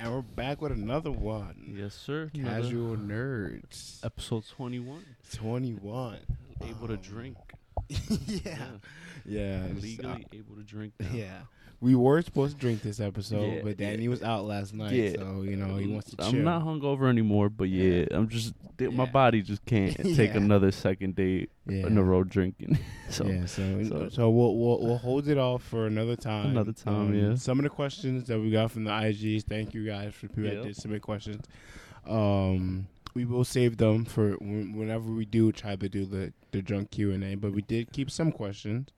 And we're back with another one. Yes, sir. Another Casual nerds. Episode 21. 21. Able to drink. yeah. Yeah. it's, uh, Legally able to drink. now. yeah. We were supposed to drink this episode, Yeah, but Danny was out last night, Yeah. so you know he wants to chill. I'm not hungover anymore, but yeah, I'm just th- my Yeah. body just can't take Yeah. another second day yeah. in a row drinking. so yeah, so, so so- we'll, we'll we'll hold it off for another time. Um, Another time, yeah. Some of the questions that we got from the IGs. Thank you guys for people Yeah. that did submit questions. Um, we will save them for when, whenever we do try to do the the drunk Q and A. But we did keep some questions.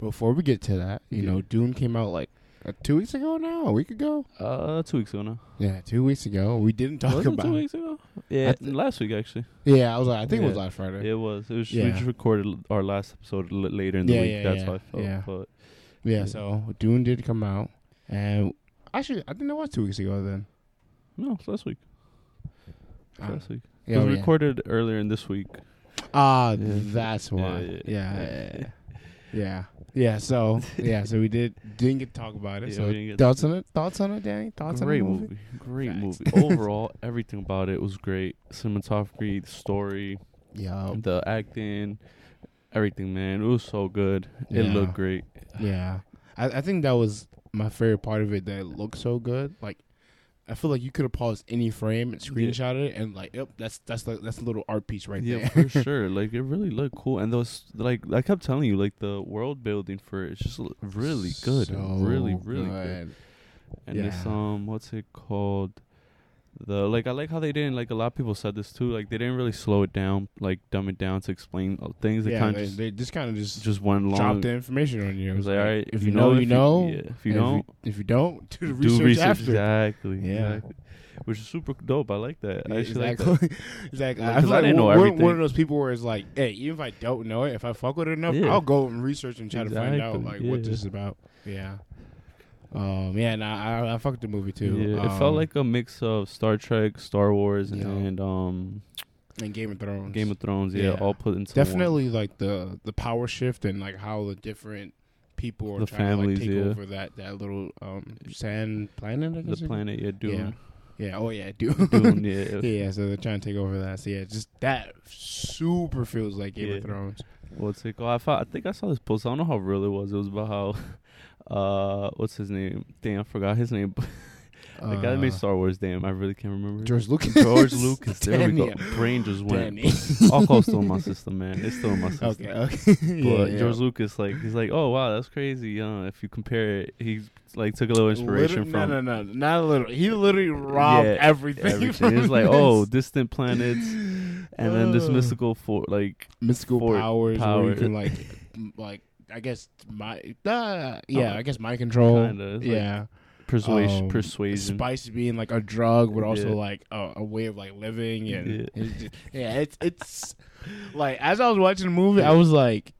Before we get to that, you Yeah. know, Dune came out like uh, two weeks ago now, a week ago. uh, two weeks ago now. Yeah, two weeks ago. We didn't talk was it about. two it. weeks ago? Yeah, th- last week actually. Yeah, I was like, I think it was Yeah. last Friday. It was. It was. Yeah. We just recorded l- our last episode l- later in the Yeah, week. yeah, That's yeah, how I felt. yeah. But Yeah, Yeah. so Dune did come out, and actually, I think that was two weeks ago. Then no, it's last week. It's Uh, last week. yeah, it was oh, yeah. recorded earlier in this week. Ah, Yeah. that's Yeah, why. Yeah yeah, yeah yeah, yeah, So yeah, so we did didn't get to talk about it. Yeah, so we didn't get to- thoughts on it? Thoughts on it, Danny? Thoughts great on the movie? Great Facts. movie. Overall, everything about it was great. Cinematography, the story, Yeah, the acting, everything, man. It was so good. It Yeah. looked great. yeah. I, I think that was my favorite part of it. That it looked so good. Like, I feel like you could have paused any frame and screenshot it, and like, yep, that's that's like that's a little art piece right yeah, there. for sure. Like it really looked cool, and those like I kept telling you, like the world building for it is just l- really good, So really really good. And it's Yeah. um, what's it called? The like I like how they didn't like a lot of people said this too. Like they didn't really slow it down, like dumb it down to explain uh, things. They Yeah, kind they, of just, they just kind of just just went long. drop the information on you. It was like, all right, if you know, you know. If you, yeah, if you And don't, if you, if you don't, do the do research, research after. exactly. Yeah. exactly. which is super dope. I like that. Yeah, I actually like exactly. that. exactly. Like, I 'cause feel I like didn't know we're we're one of everything. those people where it's like, hey, even if I don't know it, if I fuck with it enough, Yeah. I'll go and research and try to find out like Exactly, what yeah. this is about. Yeah. Um. Yeah. And I I, I fucked the movie too. Yeah, um, it felt like a mix of Star Trek, Star Wars, Yeah. and um, in Game of Thrones. Game of Thrones. Yeah, Yeah. all put into one. Definitely like the the power shift and like how the different people are The trying families, to like take yeah. over that that little um sand planet. I guess the it- planet. Yeah, Dune. Yeah. Oh yeah. Dune. Dune. Yeah, Yeah, yeah, so they're trying to take over that. So yeah, just that super feels like Game Yeah. of Thrones. what's it called? I, fo- I think I saw this post. I don't know how real it was. It was about how, uh, what's his name? Damn, I forgot his name. the guy that made Uh, Star Wars. Damn, I really can't remember. George Lucas. George Lucas. There Damn, we go. yeah. Brain just went. Danny. Alcohol's still in my system, man. It's still in my system. okay, okay. yeah, But yeah. George Lucas, like, he's like, oh wow, that's crazy. Uh, if you compare it, he like took a little inspiration Liter- from No, no, no, not a little. He literally robbed Yeah, everything. everything. from It's like, this. oh, distant planets, and then this Oh. mystical for like, mystical for powers where you power. can like, m- like I guess my uh, yeah, I guess mind control. Kinda, it's like yeah, persuasion, Um, persuasion. spice being like a drug, but also Yeah. like a, a way of like living and Yeah. it's just- yeah, it's it's like as I was watching the movie, I was like,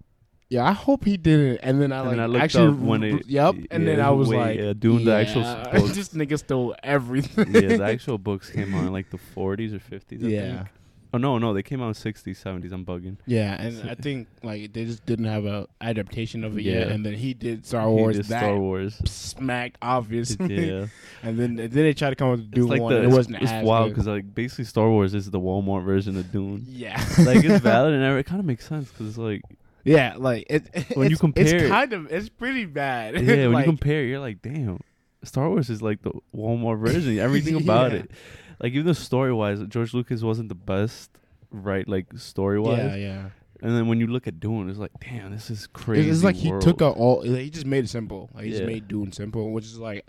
yeah, I hope he didn't. And then I And like then I looked actually up when it- yep, and then yeah, I was wait, like, yeah, doing the actual yeah, books. just nigga stole everything. yeah, the actual books came out in like the 40s or 50s. I yeah, Think. Oh no, no, they came out in 60s, 70s. I'm bugging. yeah, and I think like they just didn't have a adaptation of it yet. Yeah. And then he did Star He Wars. did that Star Wars. smacked obviously, yeah, and then then they tried to come up with it's Dune like one. the and it it's, wasn't it's as wild good. because like basically Star Wars is the Walmart version of Dune. yeah, like it's valid and every- it kind of makes sense because it's like Yeah, like it, When you it's- compare it's it- kind of it's pretty bad. yeah, when Like, you compare, it, you're like, damn, Star Wars is like the Walmart version. Everything about Yeah. it, like even the story wise, George Lucas wasn't the best, right? Like story wise, yeah, yeah. and then when you look at Dune, it's like, damn, this is crazy. It's, it's like he took world. out all. like, he just made it simple. Like he just Yeah. made Dune simple, which is like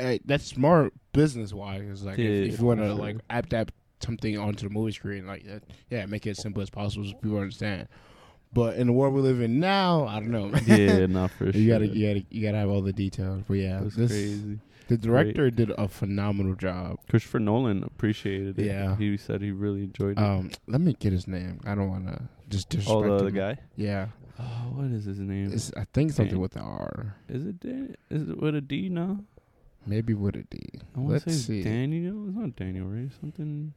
eh, that's smart business wise. It's like Yeah, if, if you want to for sure. like adapt something onto the movie screen, like that, yeah, make it as simple as possible so people understand. But in the world we live in now, I don't know. man. yeah, not for sure. you gotta, you gotta, you gotta have all the details. But yeah, That's this crazy. the director did a phenomenal job. Christopher Nolan appreciated it. Yeah. he said he really enjoyed it. Um, let me get his name. I don't want to just disrespect oh, the, the him. guy. Yeah. Oh, what is his name? It's, I think something Dang. with the R, is it Dan? Is it with a D now? maybe with a D. I want Let's to say see. Daniel. It's not Daniel, right? Something.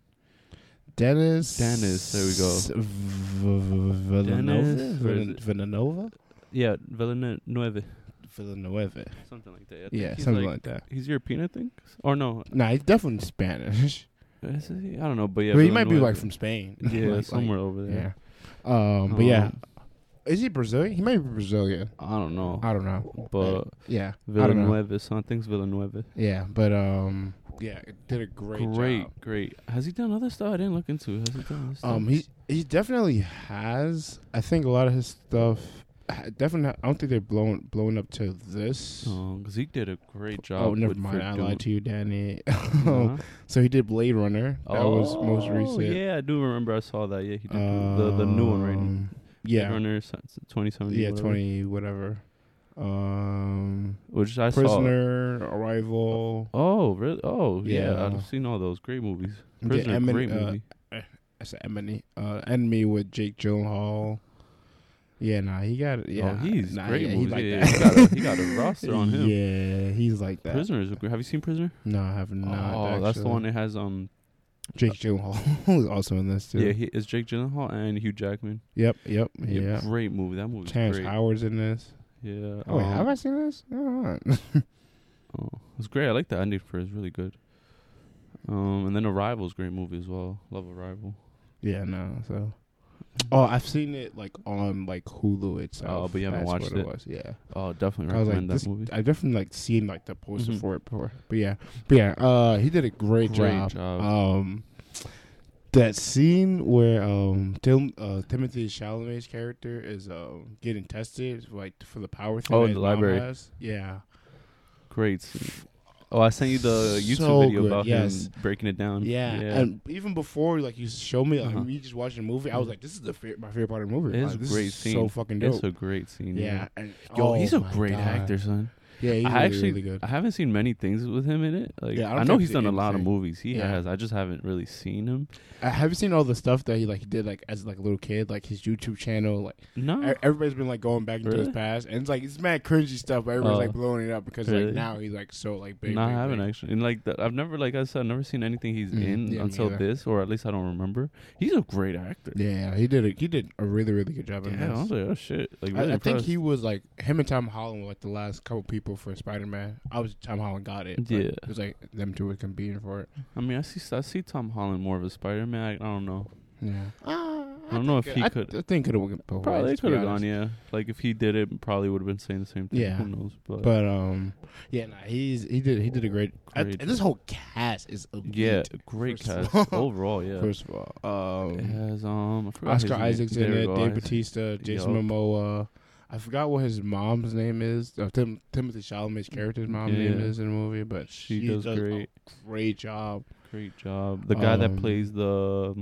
Dennis. Dennis, there we go. V- v- Villanova. Dennis, where is Villan- it? Villanova. Yeah, Villanueva. Villanueva. Something like that. I think Yeah, he's something like, that. He's European, I think, or no? Nah, he's definitely Spanish. is he? I don't know, but yeah, but he might be Villanueva. like from Spain. yeah, Like- like- somewhere over there. Yeah. Um, but yeah, Um, is he Brazilian? He might be Brazilian. I don't know, I don't know. but yeah, I don't know. Villanueva, something's Villanueva. Yeah, but um, yeah, it did a great, great, job. great. Has he done other stuff? I didn't look into. Has he done other stuff? Um, he he definitely has. I think a lot of his stuff. ha- Definitely, I don't think they're blown blown up to this. Oh, Zeke did a great job. oh, never with- mind. for I doing- lied to you, Danny. Huh? so he did Blade Runner. That was most Oh, recent. Yeah, I do remember. I saw that. Yeah, he did the the new one, right? Um, Yeah, Runner twenty seventy. yeah, twenty whatever. Um, Which I saw. Prisoner, Arrival. Oh, really? Oh, yeah. Yeah. I've seen all those great movies. Yeah, Prisoner, Emin- great uh, movie. I said Enemy, uh, Enemy with Jake Gyllenhaal. Yeah, nah, he got it. Yeah, oh, he's nah, great yeah, movies. He, like yeah, that. he, got a, he got a roster on him. Yeah, he's like that. Prisoner is a gr- Have you seen Prisoner? No, I have not. oh, that's the actually. one that has um. Jake Gyllenhaal is also in this too. Yeah, he is Jake Gyllenhaal and Hugh Jackman. Yep. Yep. Yeah, Yeah. great movie. That movie's Terrence great. Howard's in this. Yeah. Oh, wait, um, have I seen this? No, Oh, it was great. I like the ending for it. It's really good. Um, and then Arrival's a great movie as well. Love Arrival. yeah. No. So. Oh, I've seen it like on like Hulu itself. Oh, but you haven't That's watched what it? was. Yeah. Oh, definitely I was like, recommend this, that movie. I've definitely like seen like the poster Mhm. for it before. But yeah, but yeah, uh, he did a great, Great job. job. Um, that scene where um Tim, uh, Timothy Chalamet's character is um getting tested like for the power thing. Oh, that in his the mom library. has. Yeah. Great. scene. Oh, I sent you the YouTube So video good, about yes. him breaking it down. yeah, and even before like you showed me like, Uh-huh. me just watching the movie, I was like, this is the fa- my favorite part of the movie. It is Like, a this great is So scene. fucking dope. it's a great scene. yeah. and- Yo, oh he's a my great God. actor, son. Yeah, he's I really, actually, really good. I haven't seen many things with him in it. Like, Yeah, I I, don't know think he's I've done a seen lot of anything. movies. He Yeah. has. I just haven't really seen him. I have you seen all the stuff that he like he did like as like a little kid, like his YouTube channel, like No. e- everybody's been like going back into Mm. Really? his past, and it's like it's mad cringy stuff, but everybody's Oh. like blowing it up because Really? like now he's like so like big. no, I big, haven't big. actually. And like, the, I've never, like I said, I've never seen anything he's Mm, in yeah, me until either. this, or at least I don't remember. He's a great actor. Yeah, he did a, he did a really really good job in Yeah, I was this. like, oh shit! Like, I, really I think impressed. he was like him and Tom Holland were like the last couple people for Spider Man. Obviously, Tom Holland got it. but Yeah. it was like them two were competing for it. I mean, I see, I see Tom Holland more of a Spider Man. I, I don't know. Yeah, I don't know if he could. I think could have went both ways, to Probably be could have honest. gone. Yeah, like if he did it, probably would have been saying the same thing. Yeah. Who knows? But, But um, yeah, nah, he's he did he did a great. I- Great. and this whole cast is elite. yeah, great first of cast all. overall. Yeah, First of all, it um, has um I forgot his Oscar name. Isaac's in There it. you go, Dave Isaac. Batista, Jason Yup. Momoa. I forgot what his mom's name is. Uh, Tim, Timothy Chalamet's character's mom's name Yeah. is in the movie, but She she, does does, great. a great job. Great job. The guy that Um, plays the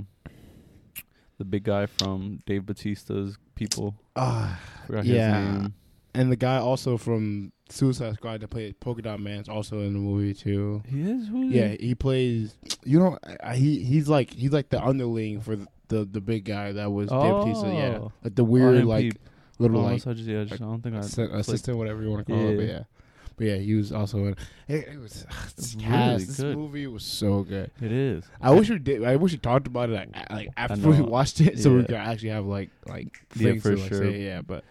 the big guy from Dave Batista's people. Uh, Forgot Yeah. his name. and the guy also from Suicide Squad that played Polka Dot Man's also in the movie too. He is who? is he? Yeah, he plays. You know, I, I- he he's like he's like the underling for the the, the big guy that was Dave Batista. Yeah, Oh. like the Oh, I weird didn't like peep. little Oh, like so I just, yeah, I just- I don't think I assi- assistant, whatever you want to call it. But Uh, Yeah. yeah, but yeah, he was also in. It, it was It's yes, really this good. movie was so good. It is. I wish we did. I wish we talked about it like, a- like after we know. watched it, so we Yeah. could actually have like like Yeah, things for to like, sure. say. Yeah, but.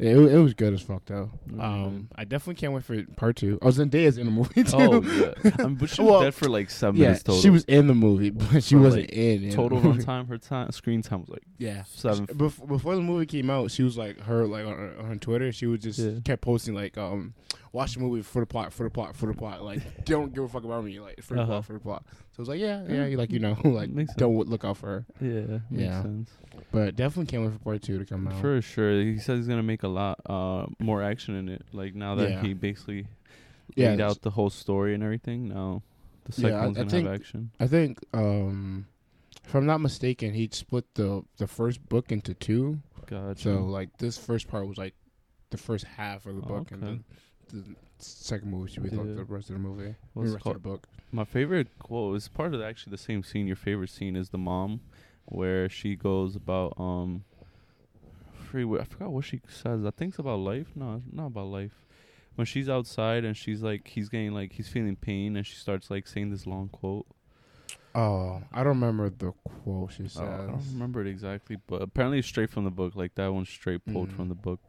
It, it was good as fuck though. Really Um, I definitely can't wait for part two. Oh, Zendaya's in the movie too. Oh, yeah. I mean, but she was Well, dead for like seven yeah, minutes total. she was in the movie, but she But, wasn't like, in it. total runtime. Her time, screen time was like Yeah, seven. Before, before the movie came out, she was like her like on, her- on her Twitter. She was just Yeah. kept posting like um, watch the movie for the plot, for the plot, for the plot. Like don't give a fuck about me, like for the Uh-huh. plot, for the plot. So it's like yeah, yeah, you like you know, like Makes sense. don't look out for her. Yeah, makes Yeah. sense. But definitely can't wait for part two to come out. For sure, he says he's gonna make a lot uh, more action in it. Like now that Yeah. he basically Yeah, laid it's- out the whole story and everything. Now the Yeah, second I- one's I gonna think- have action. I think um, if I'm not mistaken, he split the the first book into two. Gotcha. So like this first part was like the first half of the book, and Oh, Okay. then the second movie should be like Yeah. the rest of the movie, the What's it rest of the called? book. My favorite quote is part of actually the same scene. Your favorite scene is the mom, where she goes about um, free. wi- I forgot what she says. I think it's about life. No, it's not about life. When she's outside and she's like, he's getting like, he's feeling pain, and she starts like saying this long quote. Oh, I don't remember the quote she I says. don't- Oh, I don't remember it exactly, but apparently it's straight from the book. Like that one's straight pulled Mm. from the book,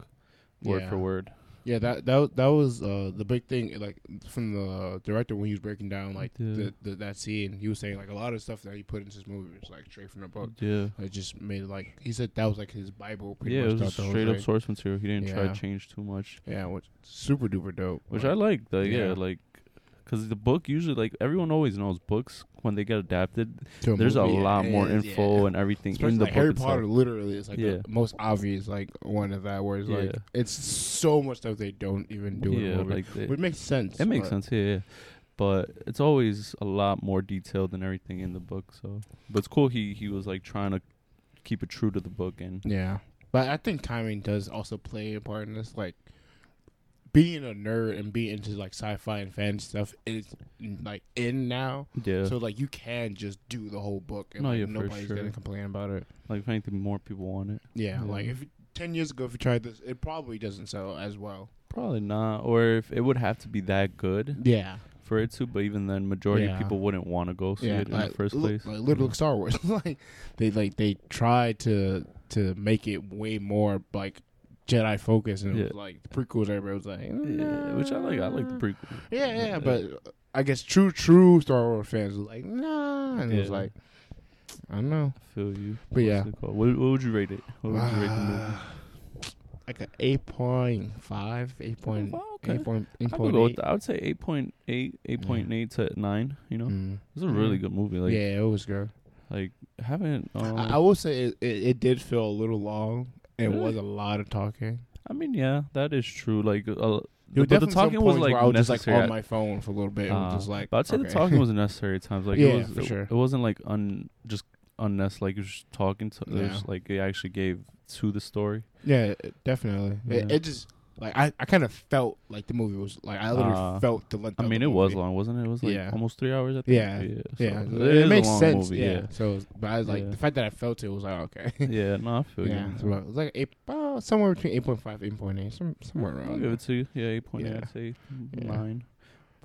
word Yeah. for word. Yeah, that that that was uh, the big thing, like from the director when he was breaking down like Yeah. the, the that scene. He was saying like a lot of stuff that he put into his movie was like straight from the book. Yeah. It just made like he said that was like his bible. Pretty Yeah, much it was throughout just the whole straight up thing. source material. He didn't try Yeah. to change too much. Yeah, which super duper dope. which Like, I like. Like yeah, yeah. like because the book usually like everyone always knows books when they get adapted. to there's a movie, lot it more is, info yeah. and everything Especially in the like book Harry itself. Potter, literally, is like Yeah. the most obvious like one of that. Where it's like Yeah. it's so much stuff they don't even do. yeah, in the movie. like they, which makes sense. it makes but- sense. Yeah, yeah, but it's always a lot more detailed than everything in the book. So, but it's cool. He he was like trying to keep it true to the book and Yeah, but I think timing does also play a part in this. Like being a nerd and being into like sci-fi and fantasy stuff is like in now, yeah, so like you can just do the whole book and No, like, yeah, for nobody's sure. gonna complain about it. like if anything, more people want it. Yeah, Yeah. like if ten years ago if you tried this, it probably doesn't sell as well. Probably not, or if it would have to be that good Yeah, for it to. But even then, majority Yeah. of people wouldn't want to go see yeah. it in like, the first li- place. like literally Yeah. Star Wars, like they like they tried to to make it way more like. Jedi focus and it Yeah. was like the prequels. Everybody was like, Yeah, which I like. I like uh, the "Nah." prequel. Yeah, yeah, but I guess true, true Star Wars fans were like, nah, and it was Yeah. like, I don't know. I feel you. But yeah. Ah, it called? What, what would you rate it? What would you rate the movie? Uh, Like an 8.5, 8 point, Well, okay. 8 point, 8 I point would go with eight. that. I would say 8.8, 8.8 to 9, you know? Mm. It's a really Mm. good movie. Like, yeah, it was good. like haven't, um, I, I I, will say it, it, it did feel a little long. It Really? was a lot of talking. mean, yeah, that is true. Like, uh, There were but the definitely some talking was, points like, where I was just like necessary. on my phone for a little bit. It was uh, just like, but I'd say the okay. talking was necessary at times. Like, Yeah, it was, for it, sure. it wasn't like un, just unnecessary. Like, it was just talking to, it was Yeah. just, like, it actually gave to the story. Yeah, it- definitely. It, Yeah. it just like I, I kind of felt like the movie was like I literally Uh, felt the length. I of mean, the it was movie. long, wasn't it? It was like Yeah. almost three hours. I think. Yeah. Yeah, so it, is a makes long sense. movie, yeah. So, it was- but I was like Yeah. the fact that I felt it was like okay. yeah. Yeah, no, I feel yeah, you. it's about- it was like eight, uh, somewhere between 8.5 8.8, some, somewhere I'll around. give there. it to you. Yeah, eight point eight. Yeah. I'd say Yeah. nine.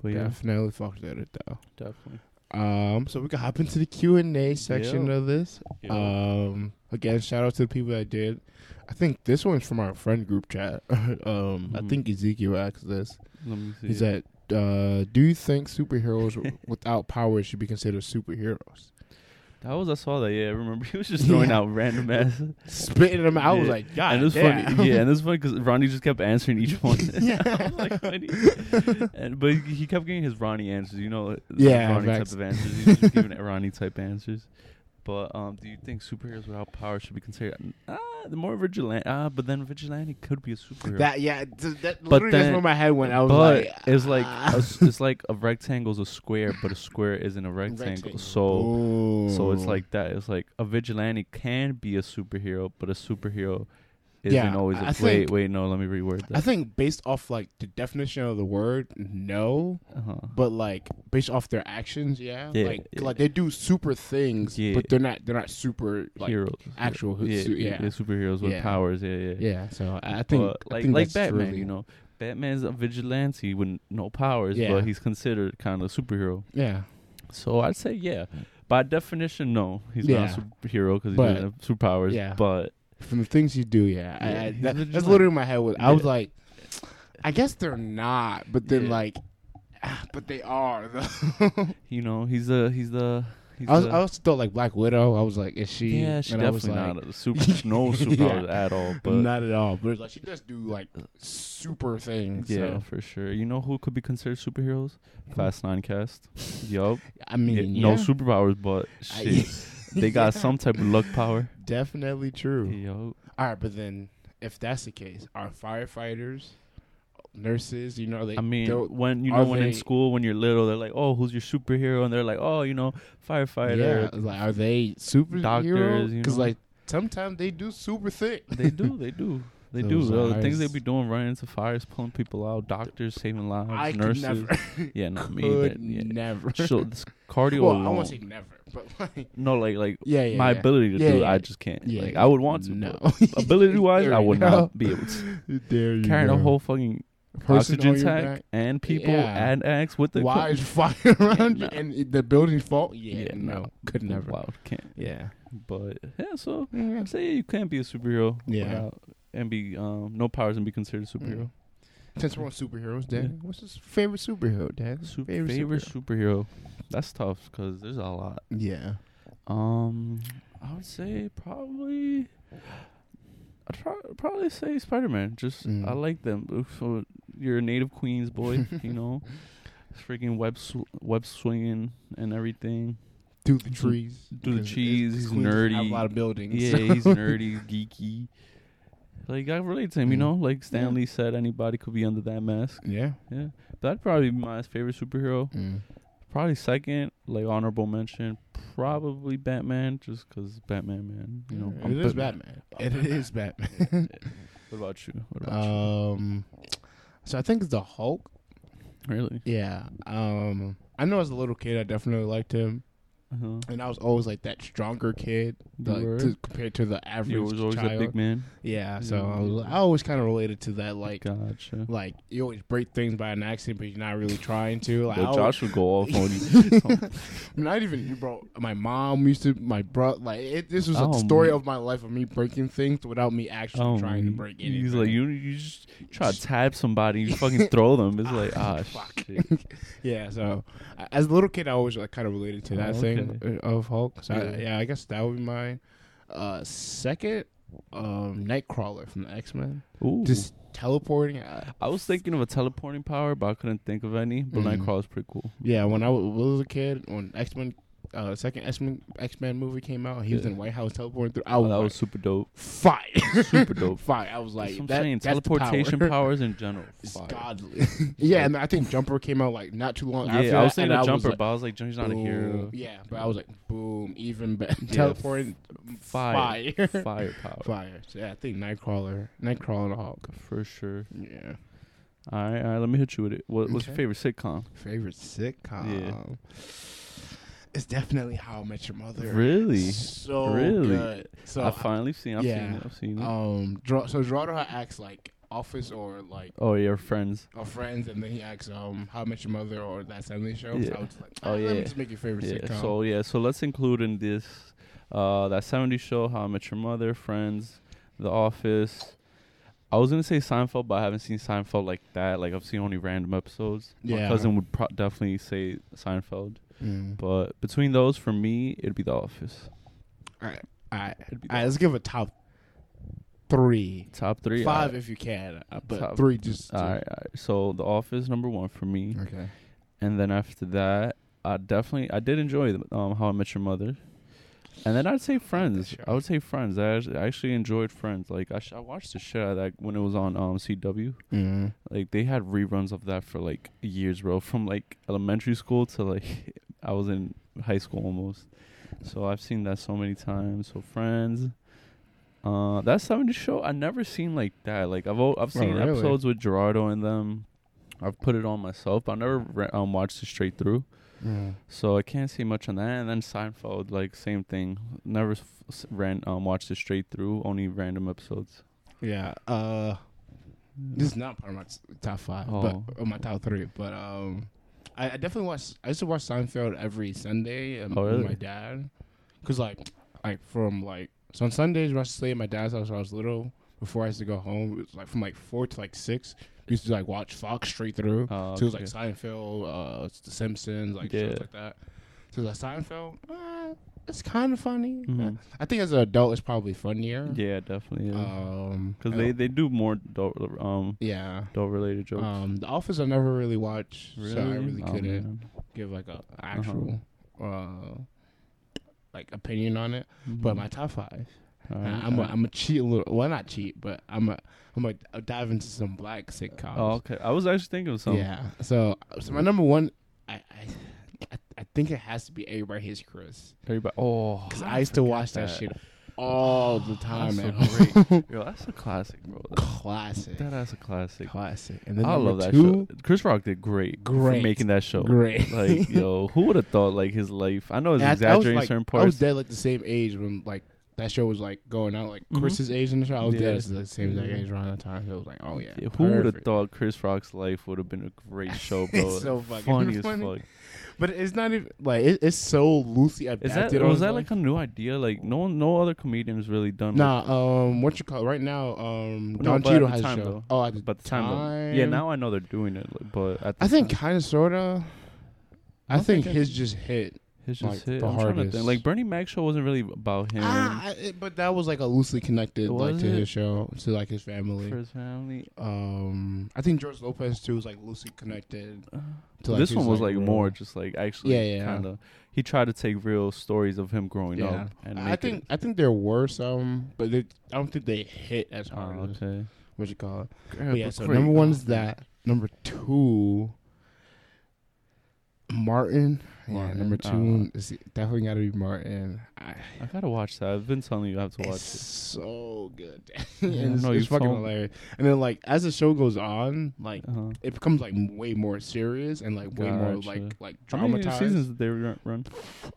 But yeah, Definitely fucked with it though. definitely. Um, so we can hop into the Q and A section Yeah. of this. Um, again, shout out to the people that did. I think this one's from our friend group chat. um, I Mhm. think Ezekiel asked this. Let me see. Is that uh, do you think superheroes w- without powers should be considered superheroes? that was I saw that. Yeah, I remember he was just throwing Yeah. out random ass. Spitting them out I was Yeah. like, God, and it was damn. funny. Yeah, and it was funny because Ronnie just kept answering each one. Yeah. I was like, "What do you-" and, but he kept getting his Ronnie answers. You know, Yeah, Ronnie facts. type of answers. He was just giving Ronnie type answers. But um, do you think superheroes without power should be considered? Ah, the more vigilante. Ah, but then vigilante could be a superhero. That yeah, th- that literally that's then- where my head went. I was but like, it's like ah. a s- it's like a rectangle's a square, but a square isn't a rectangle. So Boom. so it's like that. It's like a vigilante can be a superhero, but a superhero isn't Yeah, always. I a think- wait wait no, let me reword I that. think based off like the definition of the word, no, uh-huh. but like based off their actions, yeah, Yeah, like yeah. like they do super things, Yeah. but they're not they're not super like Heroes, actual yeah, su- yeah, yeah. yeah, superheroes with Yeah. powers, yeah, yeah. yeah. So I I think But I like think like that's Batman, really- you know, Batman's a vigilante with no powers, Yeah. but he's considered kind of a superhero. yeah, So I'd say yeah. By definition, no, he's not Yeah. a superhero because he But- doesn't have superpowers. yeah. but from the things you do, yeah. I, Yeah, I, that, he's literally that's like- literally my head. Was, I was Yeah. like, I guess they're not, but then Yeah. like, ah, but they are. Though. you know, he's a he's the he's I was, a- I also thought like Black Widow. I was like, is she? yeah, she's and I was definitely like, not a super no superpowers at all, but not at all. But it's like she does do like super things. yeah, Yeah, so. for sure. You know who could be considered superheroes? Fast Nine cast. yup. I mean, Yeah, No yeah. superpowers, but I- shit, they got some type of luck power. Definitely true. Yup. All right, but then if that's the case, are firefighters, nurses? You know, they. I mean, they'll- when you are know when in they- school when you're little, they're like, "Oh, who's your superhero?" and they're like, "Oh, you know, yeah, firefighter." like are they super Doctors, you Because know? like sometimes they do super thick. They do, they do. They do. Those Yo, the things they eyes. be doing, running into fires, pulling people out, doctors saving lives, I nurses. could never. Yeah, not me. could that- yeah. never. So this cardio well, I alone. won't say never, but like no, like like yeah, yeah. my yeah. ability to Yeah, do it, yeah, I yeah. just can't. Yeah, like yeah. I would want to. No. Ability wise, There I you would go. not be able to There you carrying a go. whole fucking Person oxygen on your tank back. and people Yeah. and eggs with the co- Why is fire around you No. and it- the building's fault? Yeah, Yeah, no, no. could never. Wow, can't. Yeah, But yeah, so yeah. I'm saying you can't be a superhero. Yeah. Hmm. without- and be um no powers and be considered a superhero. Since we're on superheroes, Dad, what's his favorite superhero, Dad? Su- favorite, superhero. That's tough because there's a lot. Yeah. Um, I would say probably. I try, probably say Spider Man. Just Mm. I like them. Oof, So you're a native Queens boy, you know, freaking web sw- web swinging and everything. Do the trees. Do the 'Cause it- cheese, it's he's Queens have A nerdy. lot of buildings. Yeah, he's nerdy, geeky. Like I relate to him, you Mm. know. Like Yeah. Stanley said, anybody could be under that mask. yeah. Yeah, that'd probably be my favorite superhero. Mm. Probably second, like honorable mention, probably Batman, just 'cause Batman, man. You know, I'm it is Batman. Batman. It is Batman. What about you? What about um, so I think it's the Hulk. you? Really? Yeah. Um, I know as a little kid, I definitely liked him, Uh-huh. and I was always like that stronger kid, You like, were? to, compared to the average You was always child. that big man. Yeah. So Yeah. I, was, I always kind of related to that, like. Gotcha. Like you always break things by an accident, but you're not really trying to. Like, I Yo, always- Josh would go off on you. Not even you, bro. My mom used to, my bro, like it, this was a Oh, story man. of my life of me breaking things without me actually Oh, trying to man. break anything. He's like, you, you just try to tab somebody, you fucking throw them. It's like, ah, shit. yeah. So, I- as a little kid, I always like kind of related to that Oh, thing uh, of Hulk. So, I- yeah. Yeah. I, guess that would be mine. Uh, second, um, Nightcrawler from the X Men, Ooh. just teleporting. uh, I, I was thinking of a teleporting power, but I couldn't think of any. But Mm. Nightcrawler's pretty cool. yeah, when I wa- was a kid, when X Men, uh, second X Men X Men movie came out, he was Yeah. in the White House teleporting through. I Oh, was, that like, was super dope. fire. Super dope. fire. I was like, that's what I'm that, saying. that's the power. Teleportation powers in general. It's fire. godly. yeah, and I think Jumper came out like not too long Yeah, after. I was that, saying and a I jumper, was like, but I was like, Jumper's not a hero. boom. Yeah, but I was like, boom, even better. Yeah, Teleporting, Fire. fire. Fire power. Fire. So, yeah, I think Nightcrawler, Nightcrawler and Hulk. For sure. Yeah, All right, all right, let me hit you with it. What, What's your Okay. favorite sitcom? favorite sitcom. It's definitely How I Met Your Mother. Really? So Really? good. So I've finally seen I've seen yeah. it. I've seen it. um, Ger- so Gerardo acts like Office or like oh, yeah, Friends. or Friends, and then he asks um How I Met Your Mother or That 70s Show. So Yeah. I was like, oh Oh, let me yeah. just make your favorite Yeah, sitcom. so, yeah, so let's include in this uh, that 70s show, How I Met Your Mother, Friends, The Office. I was going to say Seinfeld, but I haven't seen Seinfeld like that. Like, I've seen only random episodes. My Yeah. cousin would pro- definitely say Seinfeld. Mm. But between those, for me, it'd be The Office. All right, all right, It'd be all right. Let's give a top three, Top three. five All if you can, uh, but Top- three just. right, all right, all right. So, The Office, number one for me. Okay. and then after that, I definitely I did enjoy um, How I Met Your Mother, and then I'd say Friends. show. I would say Friends. I actu- I actually enjoyed Friends. Like I, sh- I watched the shit out of that when it was on um CW. Mm. Like they had reruns of that for like years, bro. From like elementary school to like I was in high school almost. So I've seen that so many times. So Friends. Uh, that 70s show I never seen like that. Like I've o- I've Oh, seen really? episodes with Gerardo in them. I've put it on myself, but I never re- um, watched it straight through. Mm. So I can't see much on that. And then Seinfeld, like same thing. Never s- s- ran um watched it straight through. Only random episodes. Yeah. Uh, this is not part of my s- top five, Oh. but or my top three. But um, I, I definitely watch. I used to watch Seinfeld every Sunday um, Oh, with really? my dad, cause like, like from like so on Sundays when I used to stay at my dad's house when I was little. Before I used to go home, it was like from like four to like six. We used to like watch Fox straight through. Uh, So it was like okay. Seinfeld, uh, it's The Simpsons, like Yeah. shows like that. So it was like Seinfeld, uh, it's kind of funny. Mhm. I think as an adult, it's probably funnier. yeah, definitely. Yeah. Um, Because I they don't- they do more adult um yeah. adult related jokes. Um, The Office I never really watched, so I really Oh, couldn't man. Uh-huh. give like a actual uh like opinion on it. But Mhm. my top five, All right, Uh, I'm a, all right. I'm a cheat a little. Well, not cheat, but I'm a I'm a I'll dive into some black sitcoms. Oh, okay. I was actually thinking of something. Yeah. So, so my number one, I, I, I, I think it has to be Everybody Hates Chris Everybody. Oh, because how I did used to forget watch that, shit all the time. That's man. so great. Yo, that's a classic, bro. That- classic, That is a classic. classic. And then I number love that two, show. Chris Rock did great, for Great. making that show. Great. Like, yo, who would have thought like his life? I know it's And I- I was, exaggerating like- certain I was parts. dead like the same age when like that show was like going out like Mhm. Chris's age and the show. I was Yeah. Mm-hmm. yeah. it's the same exact age around that time. So it was like, oh yeah, Yeah, who would have perfect. thought Chris Rock's life would have been a great show, bro? It's so fucking funny as funny. fuck. But it's not even like it, it's so loosely Is adapted. that on was his that life. like a new idea? Like no one, no other comedian has really done. Nah, um, what you call it? right now? Um, No, Don but at Cheadle the has time, a show. though. Oh, at the, like, but the time, though. yeah. time- Now I know they're doing it, like, but at the I think time, kind of sorta. I don't think think I- his just hit. it's just like, hit. the I'm trying to think. hardest. Like Bernie Mac show wasn't really about him Ah, it, but that was like a loosely connected like Was to it? his show to like his for family. his family. Um, I think George Lopez too was like loosely connected. To, like, this his, one was like, real- more just like actually Yeah, yeah. kind of. He tried to take real stories of him growing Yeah. up. And I make think It, I think there were some, but they, I don't think they hit as oh, hard. as, okay. what you call it? Girl, But yeah. but So great. number one's Oh, that. Number two, Martin. Yeah. Martin, uh, Number two is definitely got to be Martin. I, I gotta watch that. I've been telling you I have to watch it's it. so good, Yeah, and it's, no, you it's fucking told me. hilarious. And then like as the show goes on, like Uh-huh. it becomes like way more serious and like way more Gotcha. like like How many dramatized. seasons did they run? run?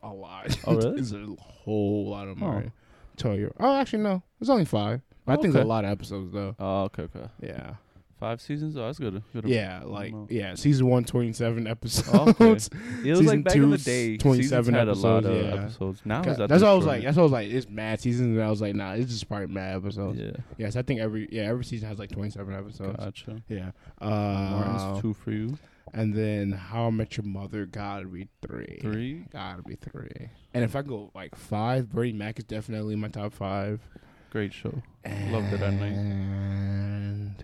A lot. Oh, really? it's a whole lot of Oh. Mario. Tell you. Oh, actually no, it's only five. But I think Okay. it's a lot of episodes though. Oh, okay, okay. Yeah. Five seasons? Oh, that's good. good Yeah, like amount. yeah, season one, 27 episodes. Oh, okay. It was Season like back two, in the s- day. 27 seasons had a lot of episodes, yeah. episodes. Now God, is that that's the what I was short- like. That's what I was like. It's mad seasons, and I was like, nah, it's just probably mad episodes. yeah, Yes, I think every yeah every season has like twenty seven episodes. gotcha. Yeah, Martin's uh, two for you, and then How I Met Your Mother gotta be three. three. Gotta be three. And if I go like five, Brady Mac is definitely in my top five. Great show. Loved it at night. And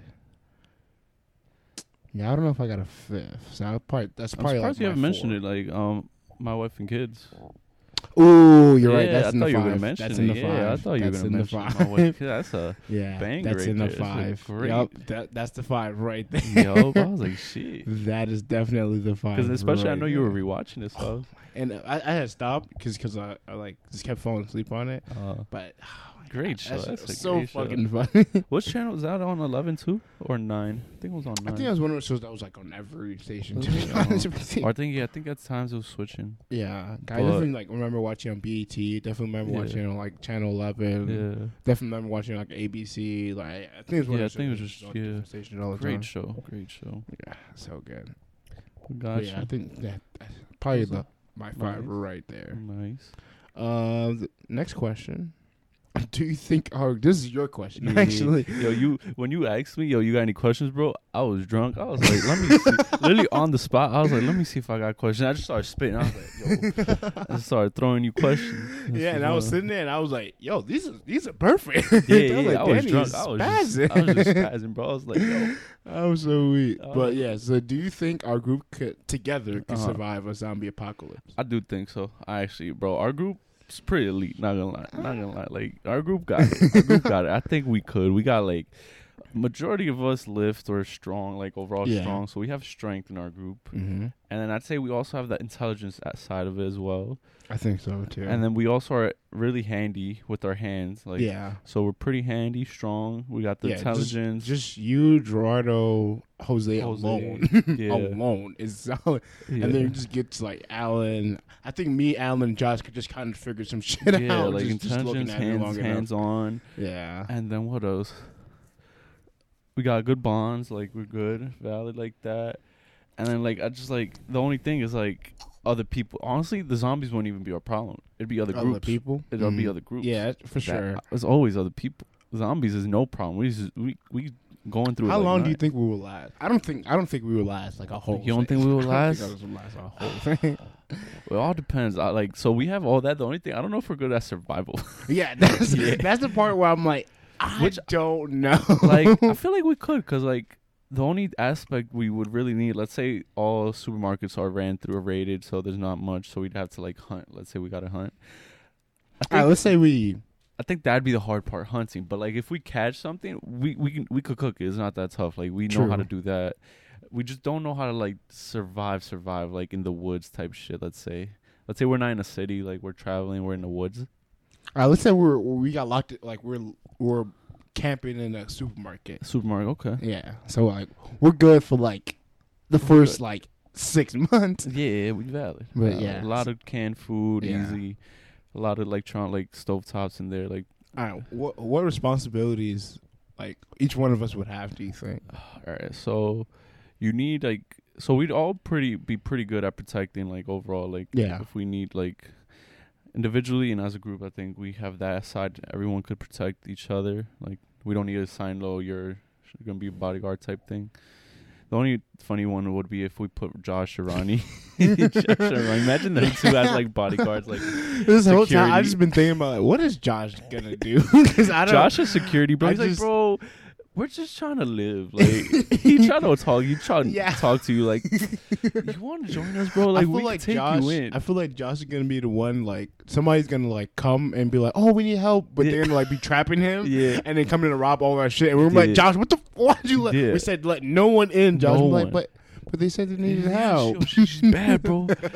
yeah, I don't know if I got a fifth. So I probably that's I'm probably surprised like you haven't mentioned it. Like, um, my wife and kids. it. Ooh, you're right. Yeah, That's I in thought the you were five. gonna mention that's it. in the Yeah, I five. thought you were that's gonna in the mention five. my wife. and kids. That's a yeah, Bang that's right in the there. That's a five. great- Yup, that, that's the five right there. yo. I was like, shit. That is definitely the five. Because especially, I right know you were there. rewatching this. So. and uh, I, I had stopped because I, I like just kept falling asleep on it. Uh, But oh my Great God, show. that shit That's was a so great show. fucking funny. what channel was that on? Eleven two or nine? I think it was on I nine. think that was one of those shows that was like on every station. To Okay. be honest with Or you. I think yeah, I think at times it was switching. yeah, I But- definitely like remember watching on BET. Definitely remember Yeah. watching on like Channel Eleven. Yeah. Definitely remember watching like ABC. Like I think it was one Yeah, of those I think it was shows just- on yeah. different stations all the Great time. show. Great show. yeah, so good. But Gotcha. Yeah, I think that that's probably Awesome. the my five Nice. right there. Nice. Uh, the next question. Do you think our this is your question Mhm. actually? Yo, you when you asked me, yo, you got any questions, bro? I was drunk. I was like, let me see. literally on the spot. I was like, let me see if I got questions. I just started spitting. I was like, yo, I just started throwing you questions. This yeah, and I was uh, sitting there and I was like, "Yo, these are these are perfect." Yeah, I yeah, was like, I was "Danny drunk. is I was, just, I was spazzing." just spazzing, bro. I was like, yo, I was so weak. Oh. But yeah, so do you think our group could together could Uh-huh. survive a zombie apocalypse? I do think so. I actually, bro, our group is pretty elite. Not gonna lie, not gonna lie. Like our group got it. Our group got it. I think we could. We got like majority of us lift or strong, like overall Yeah. strong. So we have strength in our group, Mm-hmm. and then I'd say we also have that intelligence a- side of it as well. I think so too. And then we also are really handy with our hands, like. yeah, So we're pretty handy, strong. We got the Yeah, just- intelligence. just you, Gerardo, Jose, Jose, alone, yeah. alone is solid. yeah. And then you just get to like Alan. I think me, Alan, and Josh could just kind of figure some shit yeah, out. like just, just looking intelligence, at it long hands, hands on. enough. Yeah. And then what else? We got good bonds, like we're good, valid like that. And then like I just like the only thing is like other people. Honestly, the zombies wouldn't even be our problem. It'd be other Other groups. people. It'll be Mhm. other groups. Yeah, for That- sure. It's always other people. Zombies is no problem. We just we we going through. it How like long do you nothing. think we will last? I don't think I don't think we will last like a whole. You don't thing. think we will I don't last? I will last a whole thing. It all depends. I, like so we have all that. The only thing I don't know if we're good at survival. yeah, that's Yeah. that's the part where I'm like, I Which- don't know. like I feel like we could because like the only aspect we would really need, let's say all supermarkets are ran through or raided, so there's not much, so we'd have to like hunt. Let's say we gotta hunt. All right, let's say we. I think that'd be the hard part, hunting. But like if we catch something, we we can we could cook it. It's not that tough. Like we know how to do that. We just don't know how to like survive, survive like in the woods type shit. Let's say, let's say we're not in a city, like we're traveling, we're in the woods. All right, let's say we're we got locked. Like we're we're camping in a supermarket. Supermarket, okay. Yeah, so like we're good for like the first like six months. Yeah, we valid. But Valid. yeah. a lot of canned food, Yeah. easy. a lot of like trying like stovetops in there. Like, All right, what what responsibilities like each one of us would have? Do you think? all right, so you need like so we'd all pretty be pretty good at protecting like overall like Yeah. if we need like individually and as a group I think we have that side everyone could protect each other like we don't need to sign low you're gonna be a bodyguard type thing. The only funny one would be if we put Josh Irani. Josh Irani. Imagine them two as like bodyguards. Like This whole time Security. I've just been thinking about like, what is Josh gonna do? Because I don't. Josh is security, bro. I He's like, just- bro, we're just trying to live. Like, he trying to talk. He trying to Yeah. talk to you. Like, you want to join us, bro? Like, I feel we like can take Josh. you in. I feel like Josh is gonna be the one like somebody's gonna like come and be like, "Oh, we need help," but Yeah. they're gonna like be trapping him, Yeah. and then coming to rob all our shit. And we're like, Yeah. "Josh, what the? F- why'd you let? Yeah. We said let no one in, Josh. No I'm like, one. but but they said they Yeah, needed she- help. oh, she- she's bad, bro. She's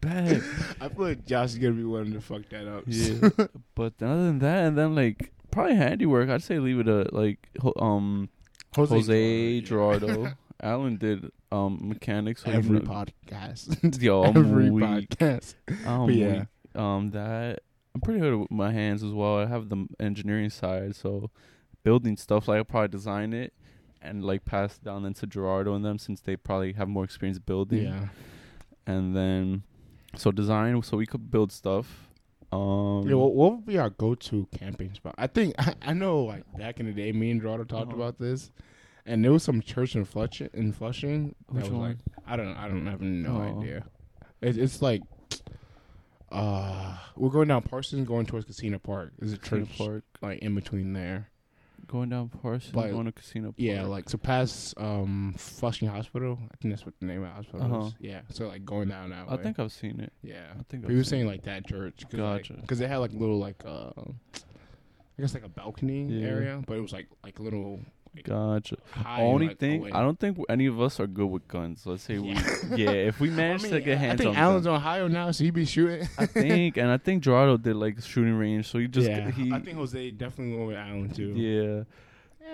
bad. I feel like Josh is gonna be one to fuck that up. Yeah. But other than that, and then like probably handiwork, I'd say leave it at like ho- um Jose, Gerardo. Alan did um mechanics. so he Every kno- podcast, Yo, I'm every weak. podcast. Um, But yeah. we- um, that I'm pretty good with my hands as well. I have the engineering side, so building stuff like I probably design it and like pass it down into Gerardo and them since they probably have more experience building. Yeah, And then so design, so we could build stuff. Um, yeah what, what would be our go-to camping spot? I think I, I know. Like back in the day, me and Gerardo talked Uh-huh. about this, and there was some church in Flushing. In Flushing, that Which was one? like I don't, I don't have no Oh. idea. It, it's like, uh, we're going down Parsons, going towards Casino Park. Is a Casino church Park, like in between there? going down Parsons, Like- going to Casino Park. Yeah, like to pass um Flushing Hospital. I think that's what the name of the hospital Uh-huh. is. Yeah, so like going down that I way. think I've seen it. Yeah, I think But I've he was seen saying like that church. Cause Gotcha. Because they had like little like uh, I guess like a balcony Yeah. area, but it was like like a little it. Gotcha. high. Only like, thing, away. I don't think any of us are good with guns. Let's say Yeah. we, yeah, if we manage to get hands I think on guns. Allen's Ohio now, so he be shooting. I think, and I think Gerardo did like shooting range, so he just yeah, he I think Jose definitely went with Allen too. yeah.